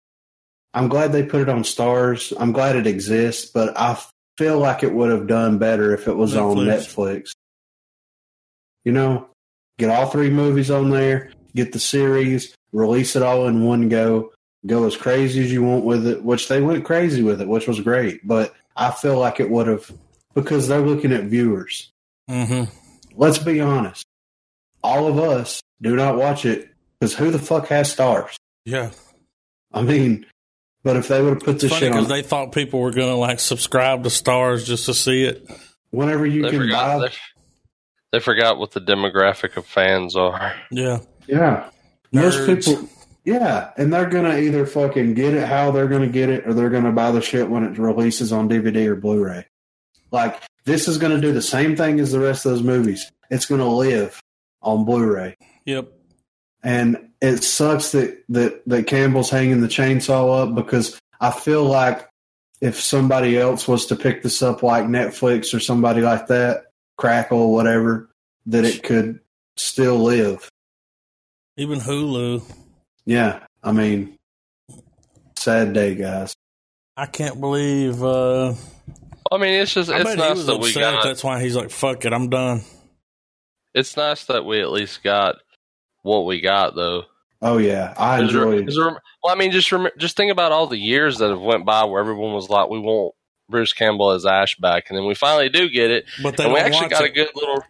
I'm glad they put it on stars. I'm glad it exists, but I feel like it would have done better if it was on
Netflix.
Netflix. You know, get all three movies on there, get the series, release it all in one go, go as crazy as you want with it, which they went crazy with it, which was great. But I feel like it would have, because they're looking at viewers
hmm
let's be honest. All of us do not watch it because who the fuck has stars?
Yeah.
I mean, but if they would have put
It's
this
funny
shit
because
on,
they thought people were gonna like subscribe to stars just to see it.
whenever you
They
can
forgot,
buy,
they, they forgot what the demographic of fans are.
Yeah.
yeah, most
Nerds.
people, yeah, and they're gonna either fucking get it how they're gonna get it, or they're gonna buy the shit when it releases on DVD or Blu-ray. Like this is gonna do the same thing as the rest of those movies. It's gonna live on Blu-ray.
Yep.
and it sucks that that that Campbell's hanging the chainsaw up because I feel like if somebody else was to pick this up, like Netflix or somebody like that, Crackle, whatever, that it could still live.
Even Hulu.
Yeah, I mean, sad day, guys.
I can't believe. Uh,
I mean, it's just
I
it's
bet he
nice
was
that we
upset.
got.
That's why he's like, "Fuck it, I'm done."
It's nice that we at least got what we got though.
Oh yeah, I
Is there-
enjoyed.
is there- well, I mean, just rem- just think about all the years that have went by where everyone was like, "We want Bruce Campbell as Ash back," and then we finally do get it,
But they
and we
don't
actually
watch
got
it.
a good little.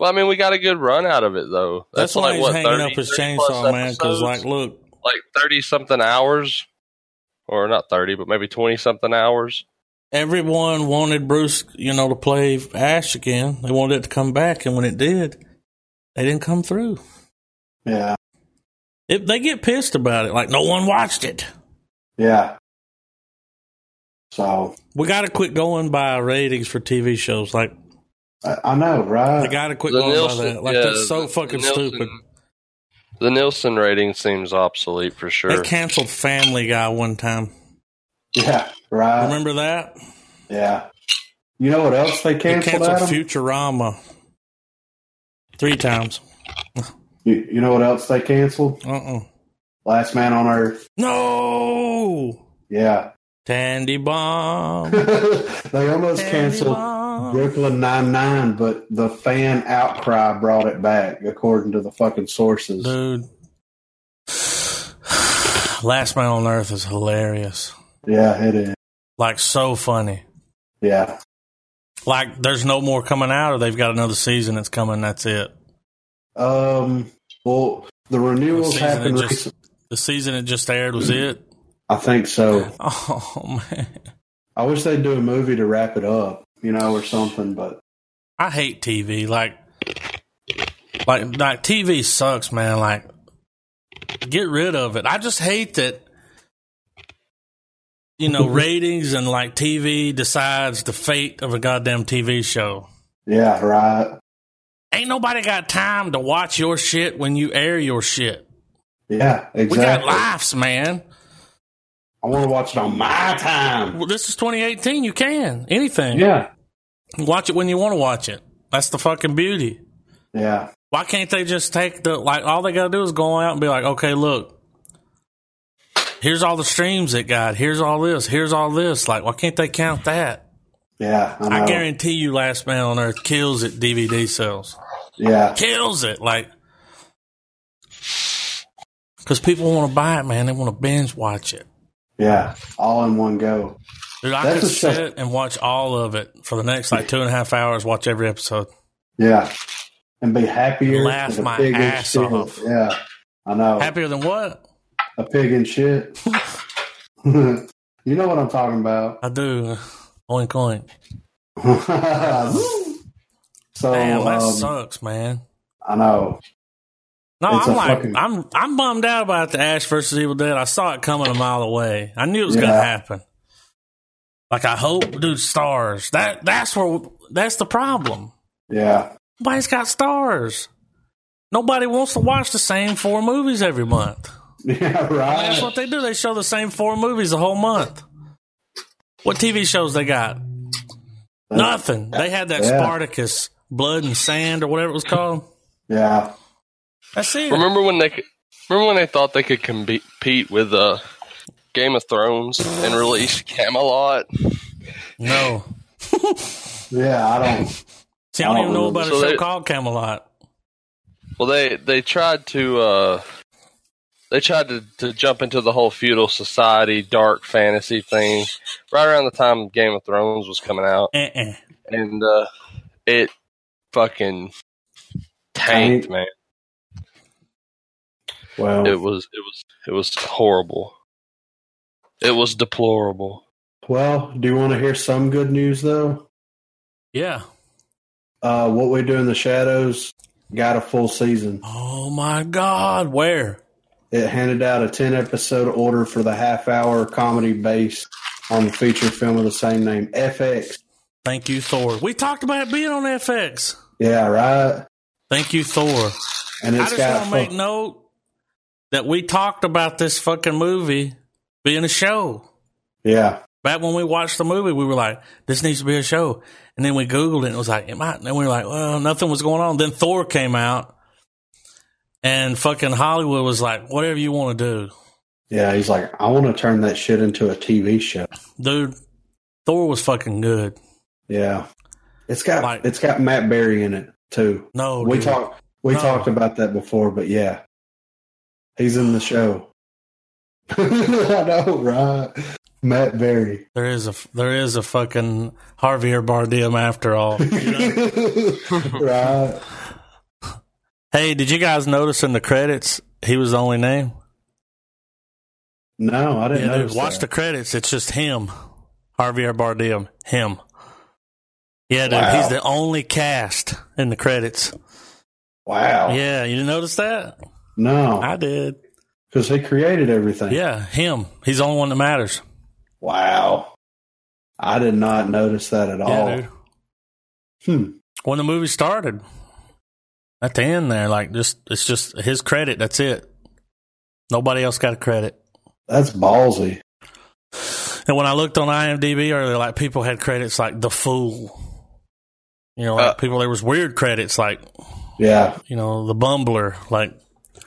Well, I mean, we got a good run out of it though.
That's, why
like
he's
what
hanging
30,
up his
30 plus
chainsaw, man. Because
episodes?
like, look,
like 30 something hours or not 30 but maybe 20 something hours
everyone wanted Bruce, you know, to play Ash again. They wanted it to come back, and when it did, they didn't come through.
Yeah,
It, they get pissed about it, like no one watched it.
yeah. So
We got to quit going by ratings for TV shows. Like,
I, I know, right?
they got to quit
The
going
Nielsen-
by that. Like,
yeah,
that's so
the- the
fucking
Nielsen-
stupid.
the nielsen rating seems obsolete for sure
They canceled Family Guy one time.
yeah, right.
Remember that?
Yeah. You know what else they
They
canceled?
canceled
Adam?
Futurama three times.
you, you know what else they canceled?
Uh uh
Last Man on Earth.
No.
Yeah.
Tandy bomb.
they almost
Tandy
canceled
bomb.
Brooklyn Nine Nine, but the fan outcry brought it back, according to the fucking sources.
Dude. Last Man on Earth is hilarious.
Yeah, it is.
Like so funny.
Yeah.
Like there's no more coming out or they've got another season that's coming, that's it.
Um. Well, the renewals
Season
happened.
it just-
recent-
The season that just aired was it.
I think so.
Oh man.
I wish they'd do a movie to wrap it up, you know, or something. But
I hate TV. Like, like, like TV sucks, man. Like, get rid of it. I just hate that. You know, ratings and like TV decides the fate of a goddamn TV show.
yeah, right.
Ain't nobody got time to watch your shit when you air your shit.
Yeah,
We
exactly.
got lives, man.
I want to watch it on my time.
Well, this is 2018. You can anything.
Yeah.
Watch it when you want to watch it. That's the fucking beauty.
Yeah.
Why can't they just take the like all they gotta do is go out and be like, okay, look, here's all the streams it got, here's all this, here's all this. Like, why can't they count that?
Yeah, I, know.
I guarantee you Last Man on Earth kills it DVD sales.
Yeah,
Kills it. Like because people want to buy it, man. They want to binge watch it.
yeah, all in one go.
Dude, I
That's
could
a shame.
sit and watch all of it for the next like two and a half hours. Watch every episode.
Yeah, and be happier.
Laugh
than a
my
pig in
ass
shit.
off.
Yeah, I know.
Happier than what?
a pig in shit. you know what I'm talking about.
I do. Oink oink.
so
Damn, that
um,
sucks, man.
I know.
No,
It's
I'm
a
like
fucking-
I'm I'm bummed out about the Ash versus Evil Dead. I saw it coming a mile away. I knew it was
Yeah.
gonna happen. Like I hope, dude, stars. That that's where that's the problem.
Yeah,
Nobody's got stars. Nobody wants to watch the same four movies every month.
yeah,
That's
right.
what they do. They show the same four movies the whole month. What TV shows they got? Nothing. They had that
Yeah.
Spartacus, Blood and Sand, or whatever it was called.
Yeah,
That's it.
remember when they could- remember when they thought they could combe- compete with uh, game of thrones and release camelot
No.
yeah. I don't.
See, I don't even know about a
Oh, So
show
they-
called Camelot.
well they they tried to uh they tried to, to jump into the whole feudal society dark fantasy thing right around the time game of thrones was coming out
Uh-uh.
and uh, it fucking tanked, man.
Well,
It was it was it was horrible. It was deplorable.
well. Do you want to hear some good news though?
Yeah.
Uh, what we do in the shadows got a full season.
Oh my God. Where?
It handed out a 10 episode order for the half hour comedy based on the feature film of the same name, FX.
Thank you, Thor. We talked about it being on FX.
Yeah, right?
Thank you, Thor.
And
I
it's
just
got.
want to make
fu-
note that we talked about this fucking movie being a show.
Yeah.
Back when we watched the movie, we were like, this needs to be a show. And then we Googled it and it was like, it might. And then we were like, well, nothing was going on. Then Thor came out and fucking Hollywood was like, whatever you want to do.
Yeah. He's like, I want to turn that shit into a TV show.
Dude, Thor was fucking good.
Yeah. It's got
Like-
it's got Matt Berry in it too.
No,
we
dude.
talked we
No.
talked about that before, but yeah. He's in the show. I know, right? Matt Berry.
There is a there is a fucking Javier Bardem after all. you know?
right.
hey, did you guys notice in the credits he was the only name?
No, I didn't
Yeah, dude,
notice
watch the
that.
credits. It's just him, Javier Bardem, him. Yeah, dude,
Wow.
he's the only cast in the credits.
Wow.
Yeah, you didn't notice that?
No.
I did.
Because he created everything.
Yeah, him. He's the only one that matters.
Wow. I did not notice that at all.
Yeah, dude.
Hmm.
When the movie started, at the end there, like just it's just his credit. That's it. Nobody else got a credit.
That's ballsy.
And when I looked on IMDb earlier, like people had credits like The Fool. You know, like
Uh.
people, there was weird credits like,
Yeah.
you know, The Bumbler. Like,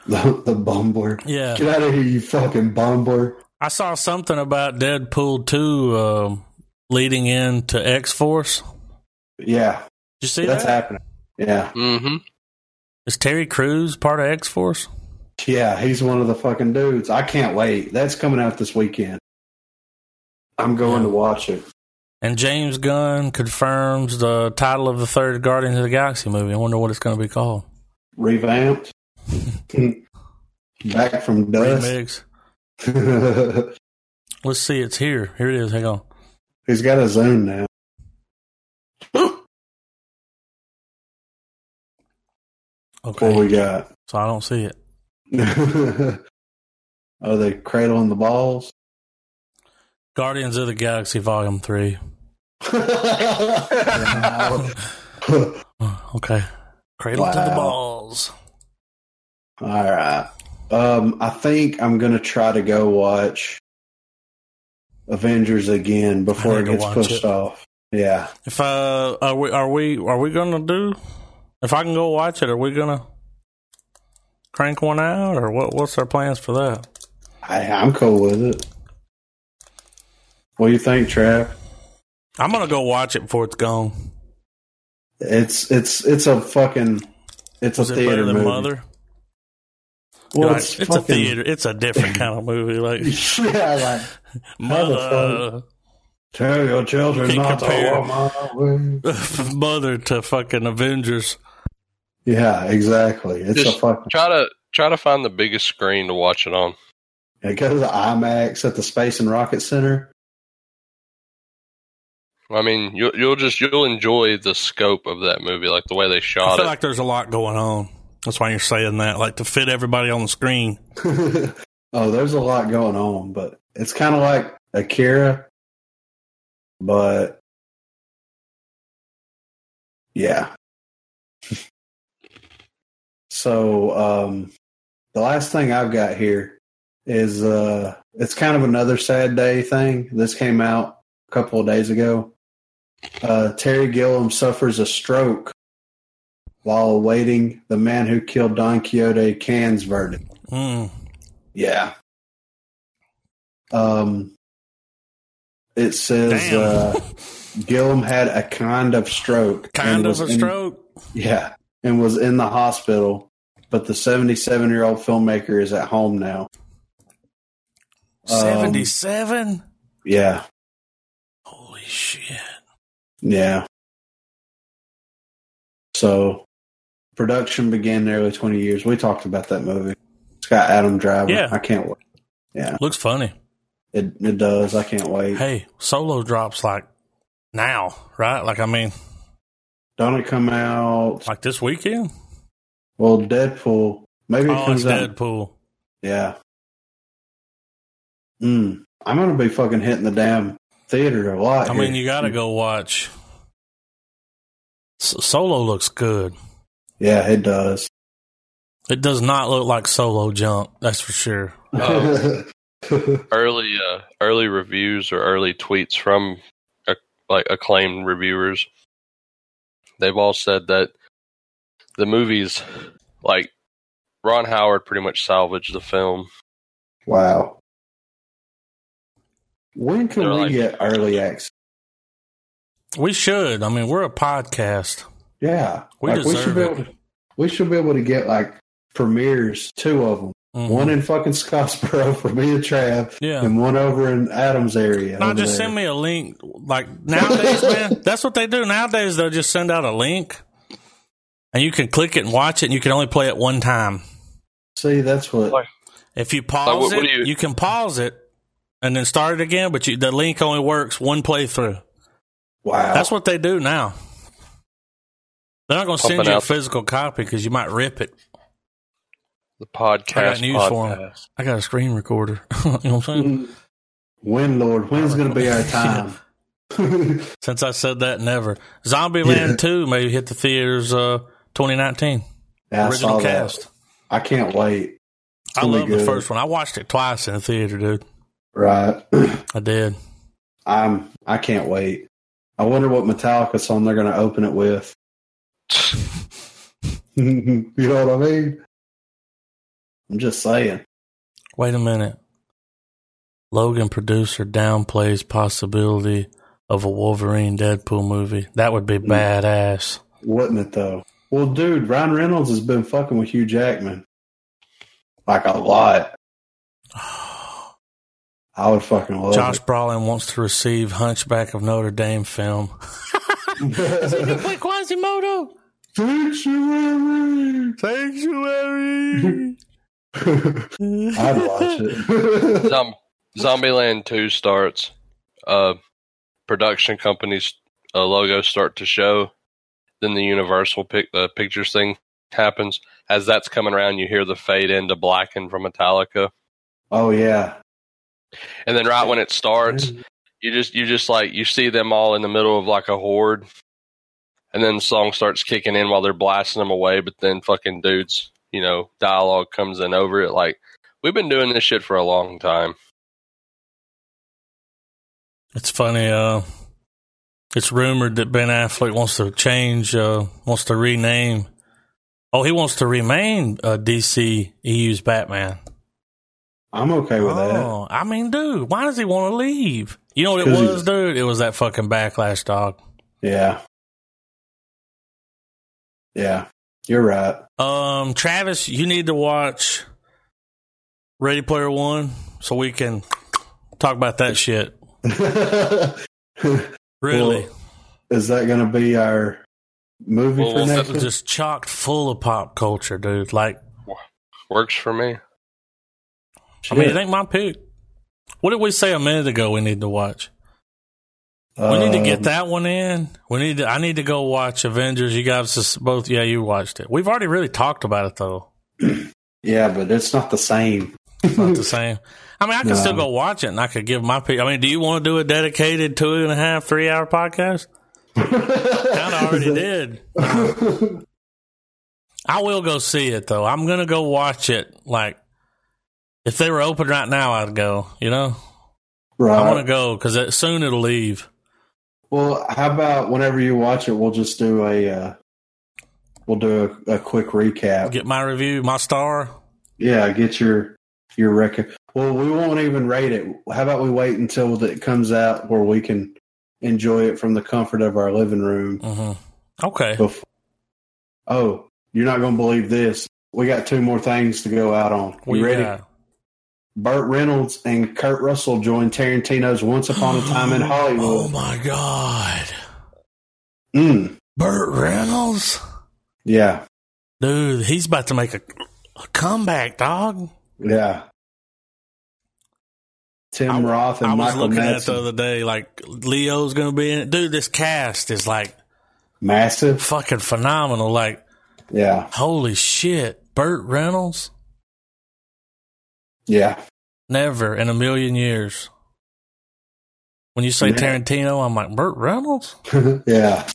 The, the bumbler.
yeah.
Get out of here, you fucking bumbler.
I saw something about Deadpool 2 um, leading into X Force.
Yeah.
Did you see
That's
that?
happening. Yeah.
Mm-hmm.
Is Terry Crews part of X Force?
Yeah, he's one of the fucking dudes. I can't wait. That's coming out this weekend. I'm going to watch it.
And James Gunn confirms the title of the third Guardians of the Galaxy movie. I wonder what it's going to be called.
Revamped. Back from dust.
Remix. Let's see. It's here. Here it is. Hang on.
he's got a zone now. What
Okay.
we got?
So I don't see it.
Are Oh, they cradling the balls?
Guardians of the Galaxy Volume 3.
Yeah. All
Oh, Okay. Cradle to the
Wow.
balls.
right. Um, I think I'm gonna try to go watch Avengers again before
need
it
to
gets
watch
pushed
it.
off. Yeah.
If uh are we are we are we gonna do if I can go watch it, are we gonna crank one out or what what's our plans for that?
I, I'm cool with it. What do you think, Trav?
I'm gonna go watch it before it's gone.
It's it's it's a fucking it's
Was
a
it
theater
better than
movie.
Mother?
Well,
Like,
it's,
it's a
fucking-
theater it's a different kind of movie. Like
yeah, like
Mother
tell your children
Can't
not
compare.
to walk my way.
Mother to fucking Avengers.
Yeah, exactly. It's
Just-
a fucking
Try to try to find the biggest screen to watch it on.
it goes to IMAX at the Space and Rocket Center.
I mean, you'll you'll just you'll enjoy the scope of that movie, like the way they
I
shot
feel
it.
like there's a lot going on. That's why you're saying that. Like to fit everybody on the screen.
oh, there's a lot going on, but it's kind of like Akira, but yeah. so um, the last thing I've got here is uh, it's kind of another sad day thing. This came out a couple of days ago. Uh, Terry Gilliam suffers a stroke while awaiting the man who killed Don Quixote Can's verdict.
Mm.
Yeah. Um, it says
Damn.
uh, Gillum had a kind of stroke.
Kind
and
of
was
a
in-
stroke.
yeah, and was in the hospital, but the 77 year old filmmaker is at home now. Um,
Seventy seven?
Yeah,
Holy shit.
yeah. So, production began nearly 20 years. We talked about that movie. It's got Adam Driver.
Yeah.
I can't wait.
Looks funny.
It, it does. I can't wait.
Hey, solo drops like now, right? Like I mean,
Don't it come out
like this weekend?
Well, Deadpool. Maybe it
Oh, it's
comes out.
Deadpool.
Yeah. Mm. I'm gonna be fucking hitting the damn theater a lot.
I mean,
here.
you got to go watch. S- Solo looks good.
Yeah, it does.
It does not look like solo jump, that's for sure.
Oh. early uh, early reviews or early tweets from uh, like acclaimed reviewers they've all said that the movies like ron howard pretty much salvaged the film
wow. When can
They're
we
like-
get early access?
We should. I mean, we're a podcast.
Yeah,
We
like, we should
deserve
be
it.
able to, we should be able to get like premieres, two of them,
Mhm.
one in fucking Scottsboro for me and Trav,
yeah.
and one over in Adams area.
No,
over
just
there.
send me a link. Like nowadays, man, that's what they do. Nowadays, they'll just send out a link, and you can click it and watch it. and You can only play it one time.
See, that's what.
Like-
If you pause
what do
it, you-,
you-
can pause it and then start it again. But you, the link only works one playthrough.
wow.
Oh.
That's what they do now. They're not going to send
Pumping
you a
out-
physical copy because you might rip it.
the podcast
I got news for 'em.
podcast.
I got a screen recorder. you know what I'm
Mm-hmm.
saying?
When, Lord, when's going to be our time?
Since I said that, never. Zombieland 2 may hit the theaters uh, 2019.
Yeah, I saw
Original
that.
cast.
I can't wait.
I
Really
love the
good.
first one. I watched it twice in the theater, dude.
Right.
I did.
I'm. I can't wait. I wonder what Metallica song they're going to open it with. you know what I mean? I'm just saying.
Wait a minute. Logan producer downplays possibility of a Wolverine Deadpool movie. That would be
Mm.
badass.
Wouldn't it though? Well, dude, Ryan Reynolds has been fucking with Hugh Jackman like a lot. I would fucking love
Josh Brolin wants to receive Hunchback of Notre Dame film.
it.
Quasimodo.
Sanctuary.
Sanctuary.
I'd watch it.
Zom- zombieland 2 starts uh production companies uh, logos start to show then the universal pic- uh, pictures thing happens as that's coming around you hear the fade into blacken from metallica
oh yeah.
and then right when it starts you just you just like you see them all in the middle of like a horde and then the song starts kicking in while they're blasting them away but then fucking dudes you know dialogue comes in over it like we've been doing this shit for a long time
It's funny. Uh, it's rumored that Ben Affleck wants to change, uh, wants to rename. Oh, he wants to remain uh, DC EU's Batman.
I'm okay with
Oh, I mean, dude, why does he want to leave? You know what it
'Cause he-
was, dude? It was that fucking backlash, dog.
that. Yeah. Yeah. You're right.
Um, Travis, you need to watch Ready Player One so we can talk about that shit. Really,
Well, Is that going to be our movie
Well,
for
we'll
next?
have to
week?
just chocked full of pop culture, dude. Like
works for me
I mean, it
Shit.
ain't my pick. What did we say a minute ago? We need to watch. We need to get
Um,
that one in. We need. To, I need to go watch Avengers. You guys just both. Yeah, you watched it. We've already really talked about it though.
Yeah, but it's not the same.
It's not the same. I mean, I can
No.
still go watch it, and I could give my pick. I mean, do you want to do a dedicated two and a half, three hour podcast? Kind of already did.
did.
I will go see it though. I'm gonna go watch it. Like, if they were open right now, I'd go. You know, I want
right.
to go because it, soon it'll leave.
Well, how about whenever you watch it, we'll just do a uh, we'll do a, a quick recap.
Get my review, my star.
yeah, get your your record. Well, we won't even rate it. How about we wait until it comes out where we can enjoy it from the comfort of our living room?
hmm Okay.
Bef- oh, you're not going to believe this. We got two more things to go out on. You
We
ready?
got-
Burt Reynolds and Kurt Russell joined Tarantino's Once Upon a Time in
Oh
Hollywood.
my God.
Mm,
Burt Reynolds?
yeah,
Dude, he's about to make a, a comeback, dog.
yeah. Tim
I-
Roth and
I was
Michael
looking at it the
Madsen.
other day, like, Leo's going to be in it. Dude, this cast is like
Massive.
fucking phenomenal. Like,
Yeah,
holy shit. Burt Reynolds?
yeah.
Never in a million years. When you say
Yeah.
Tarantino, I'm like, Burt Reynolds?
yeah.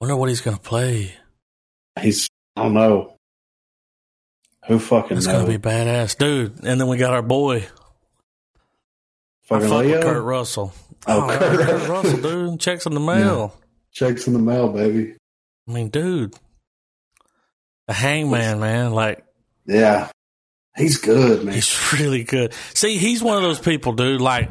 Wonder what he's going to play.
He's, I don't know. Who fucking
It's
knows?
gonna be badass, dude. And then we got our boy, I
fucking
fuck with
Leo.
Kurt Russell.
Oh,
Oh,
Kurt
Kurt,
Russell.
Russell, dude, checks in the mail.
Checks in the mail, baby.
I mean, dude, the Hangman, man, like
Yeah, he's good, man.
He's really good. See, he's one of those people, dude. Like,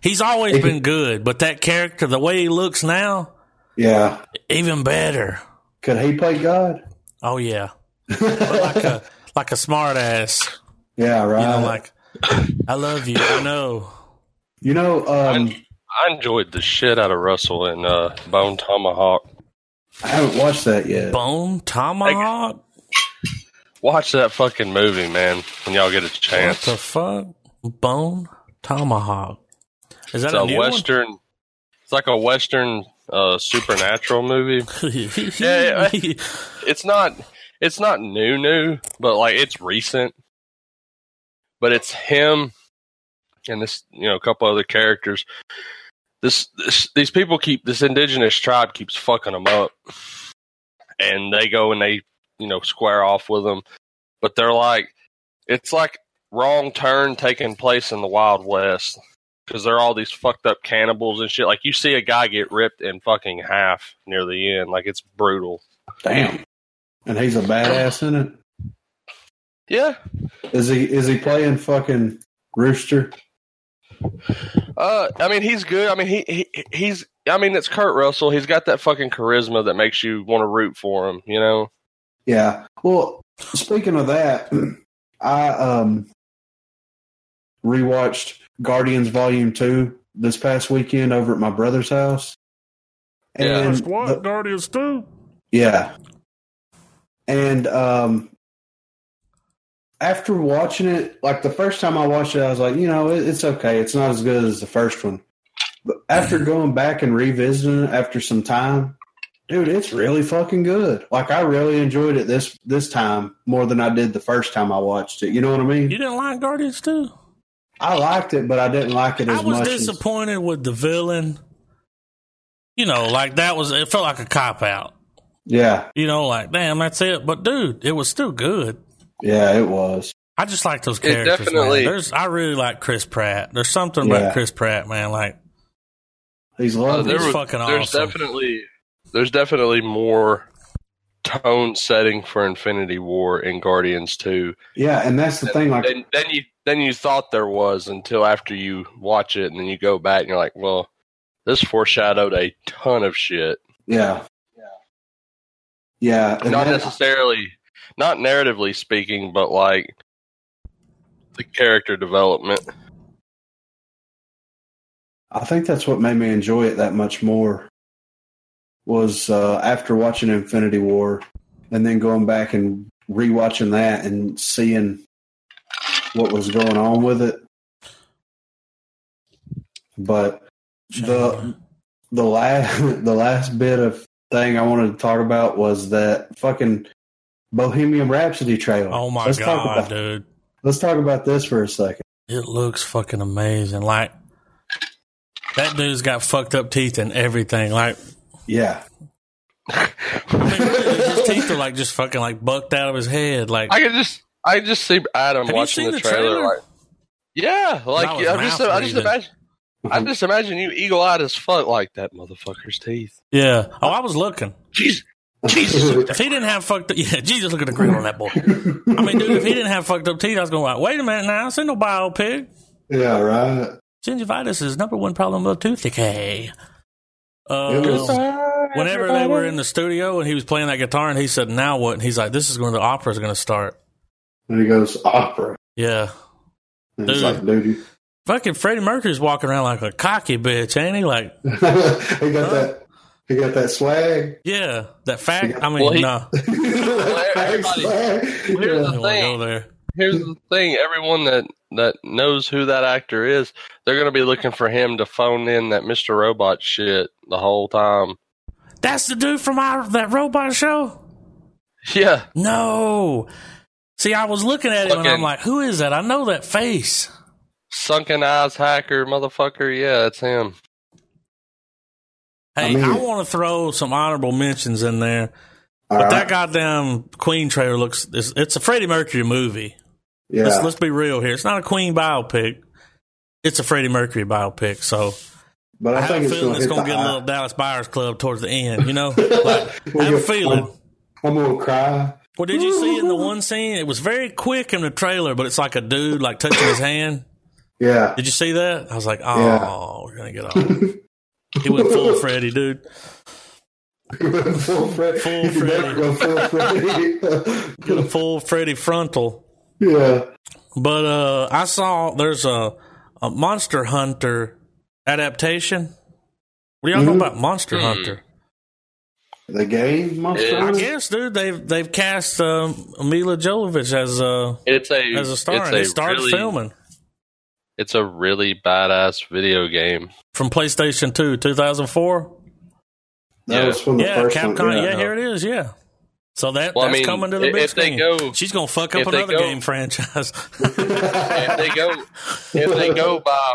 he's always
He-
been good, but that character, the way he looks now,
Yeah,
even better.
could he play God?
Oh yeah, but like a like a smart ass.
yeah,
You
right.
know, like I love you. I know.
you know, um,
I enjoyed the shit out of Russell and uh, Bone Tomahawk.
I haven't watched that yet.
Bone tomahawk.
Watch that fucking movie, man, when y'all get a
What
chance.
the fuck? Bone tomahawk. Is that
It's
a,
a
new
western. It's like a western uh, supernatural movie.
One?
Yeah, yeah. It's not. It's not new, new, but like it's recent. But it's him and this, you know, a couple other characters. This, this these people keep this indigenous tribe keeps fucking them up, and they go and they, you know, square off with them. But they're like, it's like wrong turn taking place in the Wild West because they're all these fucked up cannibals and shit. Like you see a guy get ripped in fucking half near the end, like it's brutal.
Damn, and he's a badass in it.
Yeah.
Is he? Is he playing fucking Rooster?
Uh, I mean, he's good. I mean, he, he he's. I mean, it's Kurt Russell. He's got that fucking charisma that makes you want to root for him. You know.
Yeah. Well, speaking of that, I um rewatched Guardians Volume Two this past weekend over at my brother's house.
Yeah.
And the-
Guardians do?
Yeah. And um after watching it, like the first time I watched it, I was like, you know, it, it's okay. It's not as good as the first one. But after
Mm-hmm.
going back and revisiting it after some time, dude, it's really fucking good. Like I really enjoyed it this this time more than I did the first time I watched it. You know what I
You
mean?
didn't like Guardians too?
I liked it, but I didn't like it as
I was
much. as-
disappointed with the villain. You know, like that was it felt like a cop out.
yeah,
You know, like damn, that's it. But dude, it was still good.
yeah, it was.
I just like those
It
characters.
definitely-
man. There's I really like Chris Pratt. There's something
Yeah.
about Chris Pratt, man. Like
He's
Uh,
lovely.
there was- fucking
there's
awesome.
definitely there's definitely more tone setting for Infinity War in Guardians Two
yeah, and that's the thing. Like
than than you than you thought there was until after you watch it and then you go back and you're like, well, this foreshadowed a ton of shit.
Yeah. Yeah. And
not
then-
necessarily not narratively speaking but like the character development
I think that's what made me enjoy it that much more was uh, after watching Infinity War and then going back and rewatching that and seeing what was going on with it. But the the last the last bit of thing I wanted to talk about was that fucking Bohemian Rhapsody trailer.
oh my
talk
god,
about,
dude,
let's talk about this for a second.
it looks fucking amazing. Like that dude's got fucked up teeth and everything. Like
Yeah.
I mean, really, his teeth are like just fucking like bucked out of his head. Like
i could just i just see adam
Have you
watching
seen
the
the
trailer,
trailer?
like yeah like
I
i
was
just i just
mouth-breathing.
imagine i just imagine you eagle-eyed as fuck like that motherfucker's teeth
yeah. Oh, I was looking.
jesus
If he didn't have fucked up, yeah, Jesus, look at the grin on that boy. I mean, dude, if he didn't have fucked up teeth, I was going like, wait a minute now, this ain't no biopic.
Yeah, right.
Gingivitis is number one problem of tooth decay.
It
Uh,
was-
whenever they were in the studio and he was playing that guitar and he said, now what? And he's like, this is when the opera's going to start.
and he goes opera.
Yeah.
And he's
Dude.
like, dude, you-
Fucking Freddie Mercury's walking around like a cocky bitch, ain't he? Like,
he got that. He got that swag.
yeah, that fact. I mean,
Well, he-
no.
That fake
everybody-
swag.
Here's
I
Yeah.
don't
the
want to go
thing.
there.
here's the thing everyone that that knows who that actor is they're going to be looking for him to phone in that mr robot shit the whole time
That's the dude from our, that robot show?
yeah
No. See, I was looking at him and I'm
Fucking-
like, who is that? I know that face.
sunken eyes hacker motherfucker yeah it's him
Hey,
I mean-
I want to throw some honorable mentions in there but that goddamn Queen trailer looks it's, it's a Freddie Mercury movie.
yeah.
Let's let's be real here. It's not a Queen biopic. It's a Freddie Mercury biopic. So I,
but I,
have
think
a
it's
feeling
going
it's
to
gonna
hit
get a little
the
Dallas Buyers Club towards the end. You know,
eye.
like, I have a feeling.
I'm going to cry.
Well, did you see in the one scene? It was very quick in the trailer, but it's like a dude like touching his hand.
Yeah.
Did you see that? I was like, oh,
Yeah.
we're gonna get off. he went full Freddy, dude.
full Freddy.
Full
You better
Freddy.
go full
Get a
Freddy.
full Freddy frontal.
yeah.
But uh, I saw there's a, a Monster Hunter adaptation. What do y'all
Mm-hmm.
know about Monster
Hmm.
Hunter?
The game monster.
Yeah.
I
Hunter?
guess, dude, they've they've cast um, Mila Jovovich as a
It's a
as a star,
It's
and
a
they started
really,
filming
It's a really badass video game.
from PlayStation Two, 2004.
That
Yeah.
was from the
Yeah,
first
Capcom.
one.
yeah, here it is. Yeah. So that
Well, I
that's
mean,
coming to the
if-
big
if they
screen.
go-
She's gonna fuck up
if they
another
go-
game franchise.
If they go, if they go by,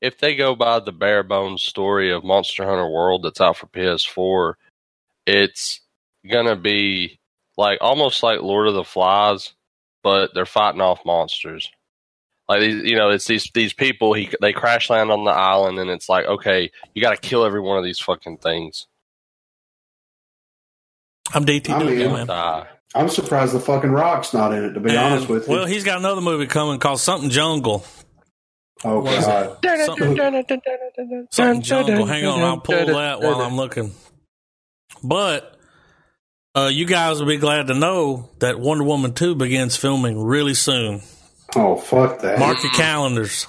if they go by the bare bones story of Monster Hunter World that's out for PS4, it's gonna be like almost like Lord of the Flies, but they're fighting off monsters. Like these, you know, it's these these people. He they crash land on the island, and it's like, okay, you got to kill every one of these fucking things.
I'm DT
I'm
doing
in.
it,
You'll
man.
die.
I'm surprised the fucking rock's not in it. To be
And-
honest with you.
well, he's got another movie coming called Something Jungle.
oh
was it?
god.
Something, something jungle. Hang on, I'll pull that while I'm looking. But uh, you guys will be glad to know that Wonder Woman 2 begins filming really soon.
Oh fuck that.
Mark your calendars.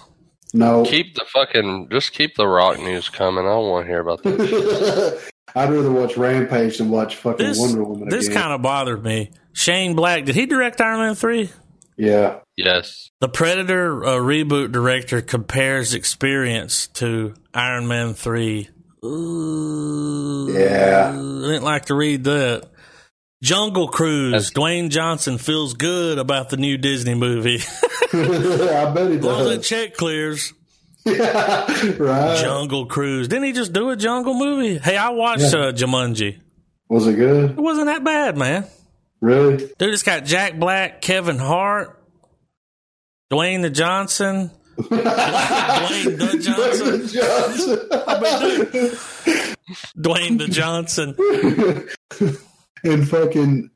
no.
Keep the fucking just keep the rock news coming. I don't want to hear about that.
I'd rather watch Rampage than watch fucking
This,
Wonder Woman.
this
again.
kind of bothered me. Shane Black, did he direct Iron Man 3?
Yeah.
Yes,
The Predator uh, reboot director compares experience to Iron Man 3. Ooh,
Yeah.
I didn't like to read that. Jungle Cruise.
That's-
Dwayne Johnson feels good about the new Disney movie. As
I bet he
long as that
does.
check clears.
yeah. Right.
Jungle Cruise. Didn't he just do a jungle movie? Hey, I watched uh, Jumanji.
Was it good?
It wasn't that bad, man.
Really?
Dude, it's got Jack Black, Kevin Hart, Dwayne the Johnson. Dwayne the Johnson.
Johnson.
Dwayne the Johnson.
and fucking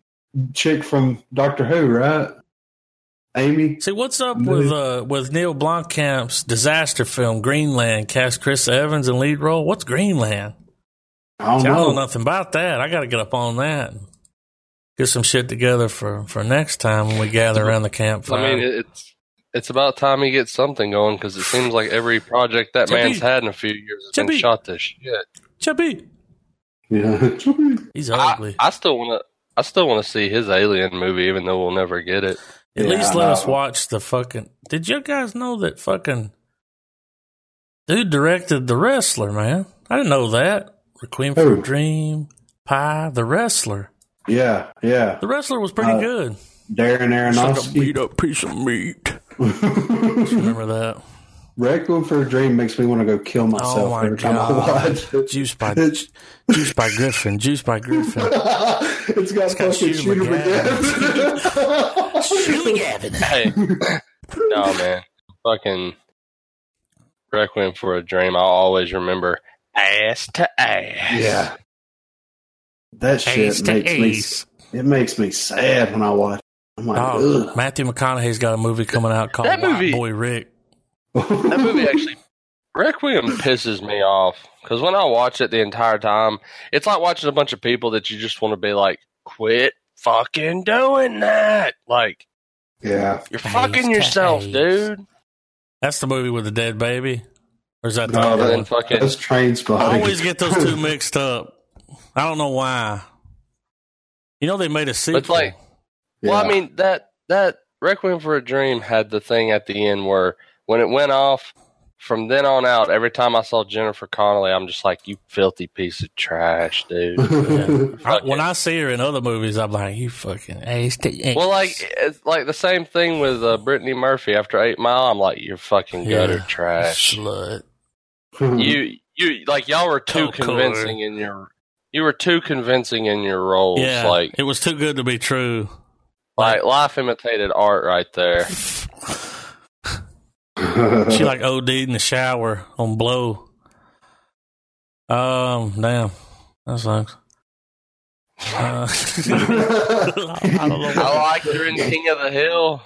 chick from Doctor Who, right? Amy.
See what's up with uh, with Neil Blomkamp's disaster film Greenland cast Chris Evans in lead role. What's Greenland?
I don't
See, I
know.
know nothing about that. I got to get up on that. Get some shit together for for next time when we gather around the campfire.
I mean it's it's about time he gets something going because it seems like every project that
To be-
man's had in a few years has
to be-
been shot to shit.
Chubby,
Yeah.
he's
I,
ugly.
I still want to. I still want to see his alien movie, even though we'll never get it.
At
Yeah,
least
I
let us
know.
watch the fucking. Did you guys know that fucking dude directed the wrestler? Man, I didn't know that. Requiem for
Who?
a Dream, Pie, the wrestler.
yeah, yeah.
The wrestler was pretty
Uh,
good.
Darren Aronofsky.
up piece of meat. Remember that
Requiem for a Dream makes me want to go kill myself
Oh, my
every time I
God.
watch it.
juice by
It's,
juice by Griffin, juice by Griffin.
it's got
got
fucking
Shooter
Shooter McGavin.
Hey, no man, fucking Requiem for a Dream. I'll always remember ass to ass.
yeah. That shit
Ace to
makes
ace.
me it makes me sad when I watch it. I'm like,
Oh,
ugh.
Matthew McConaughey's got a movie coming out called
That
White
movie-
Boy Rick.
That movie actually Requiem pisses me off because when I watch it the entire time, it's like watching a bunch of people that you just want to be like, quit fucking doing that. Like
Yeah.
you're
Ace
fucking
to
yourself,
ace.
dude.
That's the movie with the dead baby, or is that the
No,
other
And
that-
one?
then fucking
That's train
I
spotting.
always get those two mixed up. I don't know why. You know they made a sequel.
It's like- well, I
Yeah.
mean that that Requiem for a Dream had the thing at the end where when it went off. From then on out, every time I saw Jennifer Connelly, I'm just like, "You filthy piece of trash, dude."
I- when I see her in other movies, I'm like, you fucking ace to ace.
Well, like it's like the same thing with uh, Brittany Murphy after Eight Mile. I'm like, you're fucking gutter
Yeah.
trash.
slut.
You, you, like y'all were too
Coke cooler.
convincing in your you were too convincing in your roles.
Yeah,
Like
it was too good to be true.
like life imitated art right there.
She like OD'd in the shower on blow. Um, damn, that sucks. Uh, I don't know.
I like her in King of the Hill.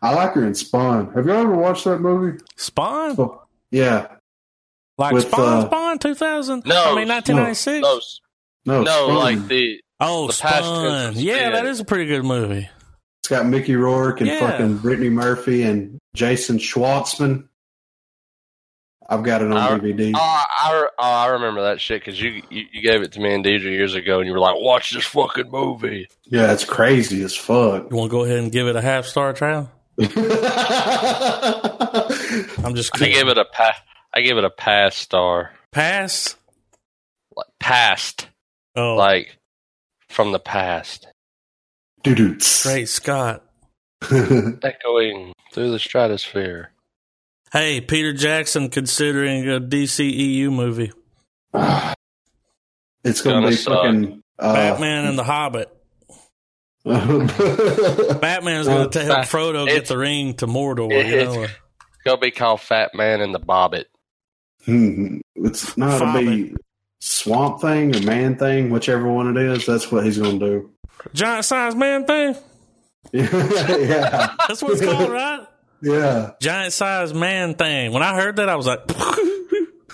I like her in Spawn. Have y'all ever watched that movie? Oh,
Spawn,
Yeah.
like
With,
Spawn,
uh,
Spawn, two thousand.
No,
I mean nineteen ninety six.
No,
No,
no,
Spawn.
like the
Oh,
The past
Spawn.
tense was
Yeah,
dead.
that is a pretty good movie.
it's got Mickey Rourke and
Yeah.
fucking Brittany Murphy and Jason Schwartzman. I've got it on
I-
DVD.
oh, I, re- oh, I remember that shit because you, you you gave it to me and Deidre years ago, and you were like, "Watch this fucking movie."
yeah, it's crazy as fuck.
You want to go ahead and give it a half star trial? I'm just
I gave
kidding.
it a pa- I gave it a pass star,
Pass.
like past,
Oh,
like from the past,
Doo
great Scott.
echoing through the stratosphere.
Hey, Peter Jackson considering a DCEU movie.
It's gonna,
Gonna
be
suck.
fucking uh,
Batman and the Hobbit. Batman's
Uh,
going to help Frodo get
It's-
the ring to Mordor. You
it's-
know?
It's gonna be called Fat Man and the Bobbit.
Hmm. it's not to be
Vomit.
swamp thing or man thing, whichever one it is. That's what he's gonna do.
Giant sized man thing.
yeah,
That's what it's called, right?
yeah.
Giant sized man thing. When I heard that, I was like,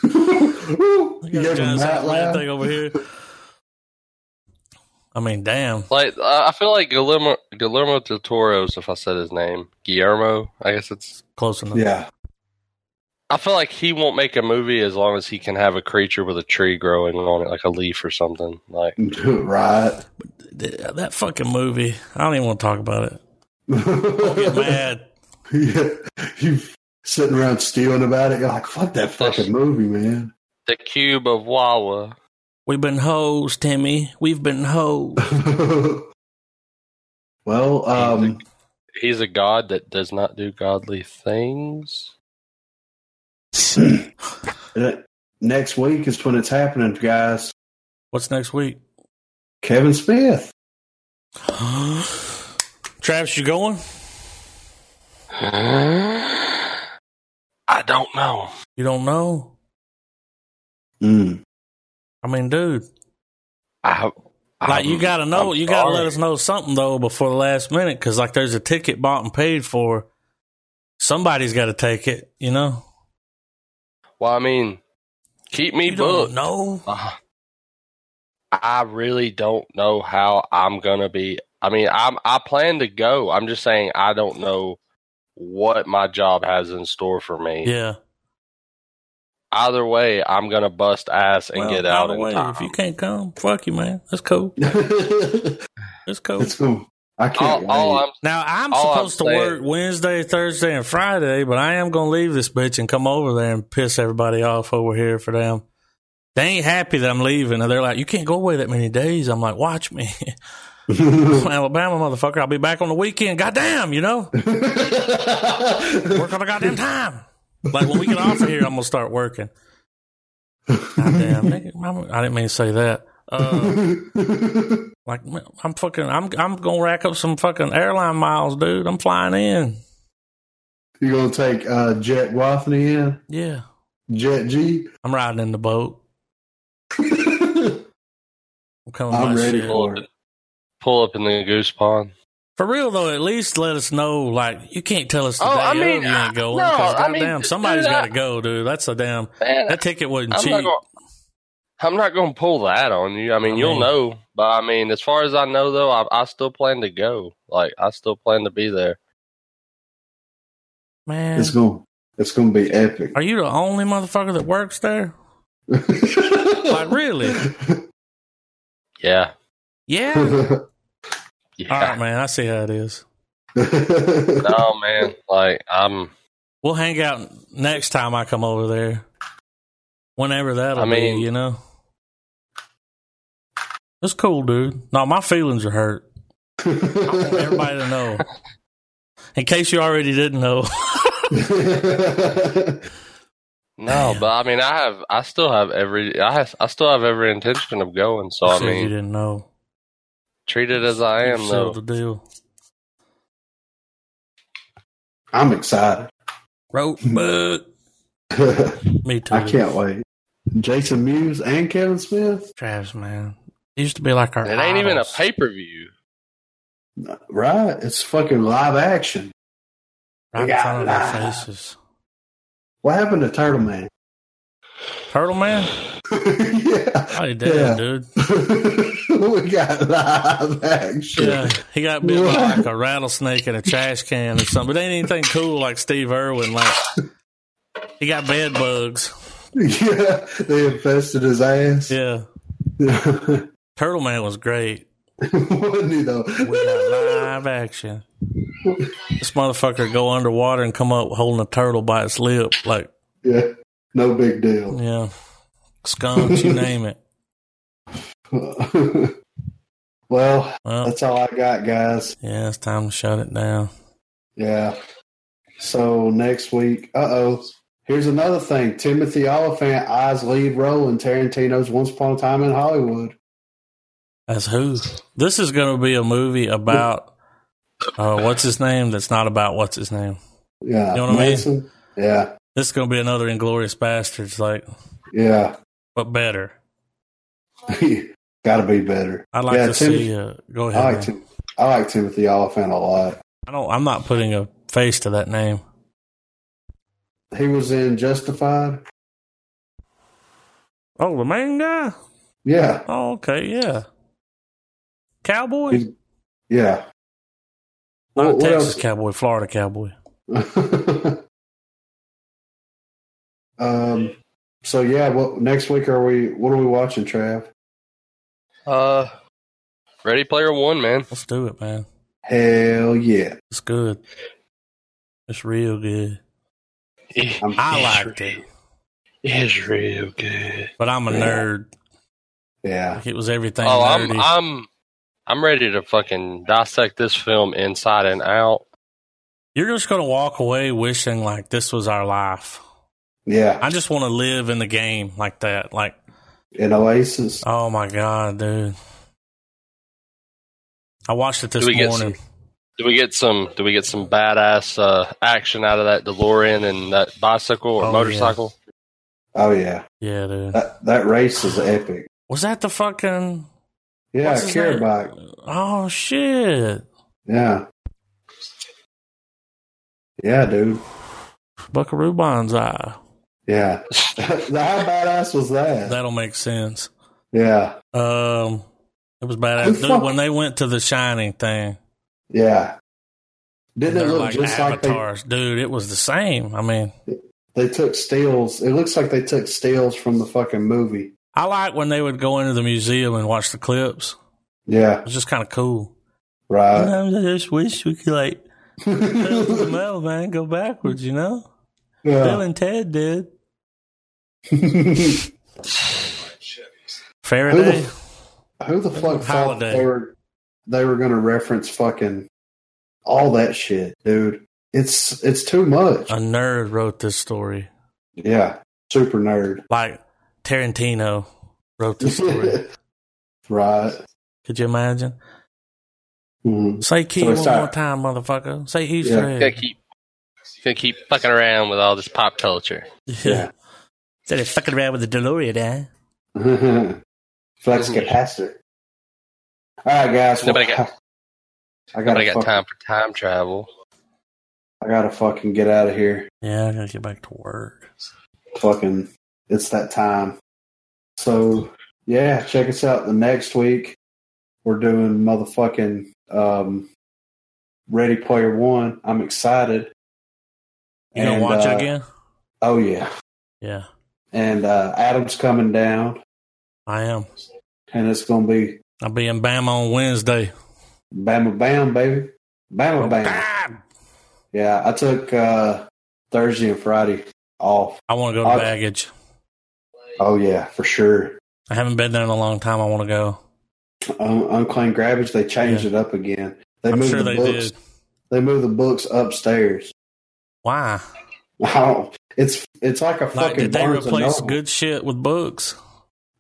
you
"We got a
gave him
giant
that
sized man
laugh.
thing over here. I mean, damn.
Like uh, I I feel like Guillermo Guillermo del Toro's. If I said his name, Guillermo, I guess it's.
Close enough.
Yeah,
I feel like he won't make a movie as long as he can have a creature with a tree growing on it, like a leaf or something. Like
right.
Th- That fucking movie. I don't even want to talk about it.
Oh,
Get mad.
yeah. You sitting around stealing about it? You're like, fuck that fucking movie, man.
the cube of Wawa.
We've been hoes, Timmy. We've been hoes.
well, um,
He's a god that does not do godly things.
uh, next week is when it's happening, guys.
What's next week?
Kevin Smith.
Travis, you going?
I don't know.
You don't know?
Mm.
I mean, dude,
I,
like you
I'm-
gotta know,
I'm
you gotta let
sorry.
us know something though before the last minute, because like there's a ticket bought and paid for. Somebody's got to take it, you know.
Well, I mean, keep me
you
booked.
don't know.
Uh, I really don't know how I'm gonna be. I mean, I'm I plan to go. I'm just saying I don't know what my job has in store for me.
Yeah,
Either way, I'm gonna bust ass and
Well,
get
either
out in
way,
time.
If you can't come, fuck you, man. That's cool.
it's
That's cool.
cool. I can't
all, all
wait.
I'm
Now I'm
All I'm
supposed to
saying-
work Wednesday, Thursday, and Friday, but I am gonna leave this bitch and come over there and piss everybody off over here for them. They ain't happy that I'm leaving, and they're like, "You can't go away that many days." I'm like, "Watch me, I'm Alabama motherfucker! I'll be back on the weekend. Goddamn, you know, work on the goddamn time. Like when we get off of here, I'm gonna start working. Goddamn, nigga, I'm- I didn't mean to say that. Uh, like I'm fucking, I'm I'm gonna rack up some fucking airline miles, dude. I'm flying in.
you gonna take uh, Jet Wathney in?
Yeah.
Jet G?
I'm riding in the boat. I'm coming by
I'm ready
shit.
for it.
pull up in the goose pond.
For real though, at least let us know. Like you can't tell us the
Oh,
day
I mean,
of you
I-
ain't going.
no,
'cause
I mean,
goddamn,
dude,
somebody's
I-
got to go, dude. That's a damn.
Man,
That ticket wasn't
I'm
cheap.
not gonna. I'm not gonna pull that on you. I mean,
I
you'll
mean-
know, but I mean, as far as I know, though, I, I still plan to go. Like, I still plan to be there.
Man,
It's gonna it's gonna be epic.
are you the only motherfucker that works there? Like really?
Yeah,
Yeah. All
yeah.
right, man. I see how it is.
no, man. Like, I'm.
We'll hang out next time I come over there. Whenever that'll
I mean-
be, you know. That's cool, dude. No, my feelings are hurt. I want everybody to know. In case you already didn't know,
No,
Damn.
but I mean, I have, I still have every, I have, I still have every intention of going. So I
Said you
mean,
didn't know.
treat it as I am
So the
though.
deal.
I'm excited.
Road book.
I
Me too.
can't wait. Jason Mewes and Kevin Smith,
Travis, man. It used to be like our.
It ain't even a
idols.
pay per view.
right? It's fucking live action.
Right in
Yeah.
front of our faces.
What happened to Turtle Man?
Turtle Man?
yeah,
Oh, he did,
Yeah.
dude.
we got live action.
Yeah, he got bit by
What?
like a rattlesnake in a trash can or something. But ain't anything cool like Steve Irwin. Like he got bed bugs.
Yeah, they infested his ass.
Yeah,
Wasn't
Turtle Man was great.
he
We got
though?
live action. This motherfucker go underwater and come up holding a turtle by its lip. Like
yeah, no big deal.
yeah, skunks, you name it.
well,
Well,
that's all I got, guys.
yeah, it's time to shut it down.
Yeah. So next week, uh oh. Here's another thing: Timothy Oliphant eyes lead role in Tarantino's Once Upon a Time in Hollywood.
As who? This is going to be a movie about uh, what's his name. That's not about what's his name.
Yeah,
You know what I mean?
Mason? Yeah,
This is going to be another Inglorious Bastards. Like
yeah.
but better.
got to be better.
I'd like
Yeah,
to
Tim-
see. Uh, go ahead.
I
man.
like Tim- I like Timothy Oliphant a lot.
I don't. I'm not putting a face to that name.
He was in Justified.
Oh, the main guy.
Yeah,
Oh, okay, yeah. Cowboy,
He's- yeah.
not
What- what
Texas
else?
cowboy, Florida cowboy.
um. So yeah, what next week are we? What are we watching, Trav?
Uh, Ready Player One, man.
Let's do it, man.
Hell yeah!
It's good. It's real good. I liked it,
It's real good.
but I'm a
Yeah.
nerd.
Yeah,
It was everything.
Oh, I'm,
nerdy.
I'm, I'm ready to fucking dissect this film inside and out.
You're just gonna walk away wishing like this was our life.
yeah.
I just want to live in the game like that. Like,
In Oasis.
oh my god, dude. I watched it this
Do we get
morning.
Do we get some? Do we get some badass uh, action out of that DeLorean and that bicycle or
Oh, yeah.
motorcycle?
Oh yeah,
Yeah, dude.
that that race is epic.
Was that the fucking?
Yeah,
what's his name?
Karabakh.
Oh shit!
Yeah, yeah, dude.
Buckaroo Banzai.
Yeah. How badass was that?
That'll make sense.
Yeah,
Um, it was
Who
badass. Dude,
fuck-
when they went to the Shining thing,
yeah. Didn't it
they're
look
like
just like
avatars. Dude, it was the same. I mean,
they, they took steals? It looks like they took steals from the fucking movie.
I like when they would go into the museum and watch the clips. It
Yeah,
was just kind of cool.
right.
Sometimes I just wish we could, like, pedal to the
yeah.
metal, man, go backwards, you know? Bill and Ted did.
who
Faraday.
Who the fuck thought
Holiday.
they were they were going to reference fucking all that shit, dude? It's it's too much.
Uh,
A nerd wrote this story.
Yeah, super nerd.
Like, Tarantino wrote this story.
right.
Could you imagine?
Mhm.
Say key
So
one
it's time.
more time, motherfucker. Say Easter
Yeah.
egg.
Gonna keep, gonna keep fucking around with all this pop culture.
Yeah. Instead of fucking around with the DeLorean, eh?
Flex capacitor. All right, guys.
Nobody got-
I gotta
Nobody got
fuck-
time for time travel.
I gotta fucking get out of here.
Yeah, I gotta get back to work.
Fucking, it's that time. So yeah, check us out the next week. We're doing motherfucking um, Ready Player One. I'm excited.
You gonna
And,
watch
uh,
it again?
Oh yeah,
Yeah,
and uh, Adam's coming down,
I am.
and it's gonna be
I'll be in Bama on Wednesday.
Bama Bam, baby,
Oh,
Bama Bam.
Bam!
Yeah, I took uh, Thursday and Friday off.
I want to go to
Okay.
baggage.
Oh yeah, for sure.
I haven't been there in a long time. I want to go.
Un- unclean garbage. They changed it up again. They
I'm
moved
sure
the
they
books.
did.
They moved the books upstairs.
Why?
Wow, it's it's like a
Like,
fucking.
did they
Barnes and
replace
Noble.
good shit with books?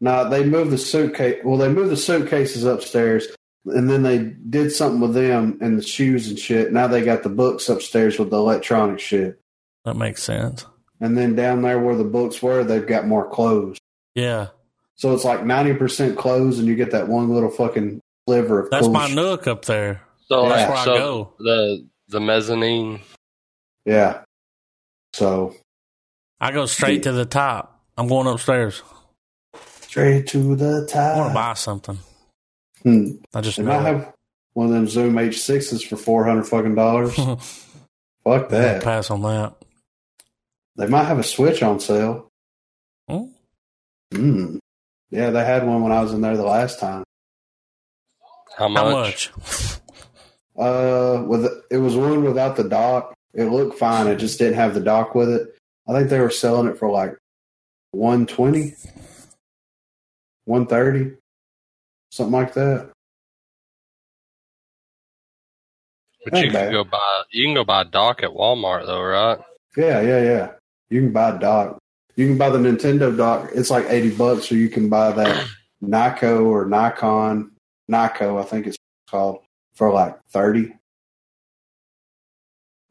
No, they moved the suitcase. Well, they moved the suitcases upstairs, and then they did something with them and the shoes and shit. Now they got the books upstairs with the electronic shit,
That makes sense.
and then down there where the books were, they've got more clothes.
Yeah,
So it's like ninety percent clothes, and you get that one little fucking sliver of.
that's
cool
my
shit.
nook up there.
So,
Yeah.
That's
like,
where
so
I go.
the the mezzanine.
Yeah. So
I go straight to the top. I'm going upstairs.
straight to the
I want to
top.
buy something.
Ah. Hmm.
I just
And
know
I
it.
have one of them Zoom H6s for four hundred fucking dollars. Fuck
I'll
that.
pass on that.
They might have a Switch on sale.
Hmm?
Mm. Yeah, they had one when I was in there the last time.
How much?
How much?
Uh, with it was one without the dock. It looked fine. It just didn't have the dock with it. I think they were selling it for like 120 130 something like that.
But you
Okay.
can go buy you can go buy a dock at Walmart though, right?
Yeah, yeah, yeah. You can buy a dock. You can buy the Nintendo dock. It's like 80 bucks or you can buy that Nico or Nikon, Nico, I think it's called, for like 30.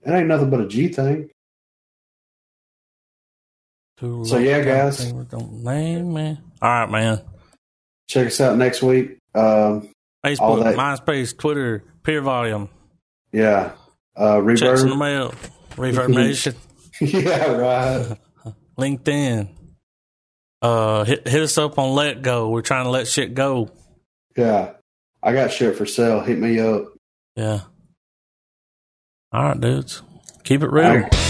It ain't nothing but a G thing.
Too
So,
late,
yeah,
God,
guys.
they were- Don't name me. All right, man.
Check us out next week. Um, All
Facebook,
that-
MySpace, Twitter, Peer Volume,
yeah. Uh,
Checks in the
Reverb.
Mail, Reverb Nation,
yeah, right.
LinkedIn. Uh, hit, hit us up on Let Go. We're trying to let shit go.
Yeah. I got shit for sale. Hit me up.
Yeah. All right, dudes. Keep it real.
All right.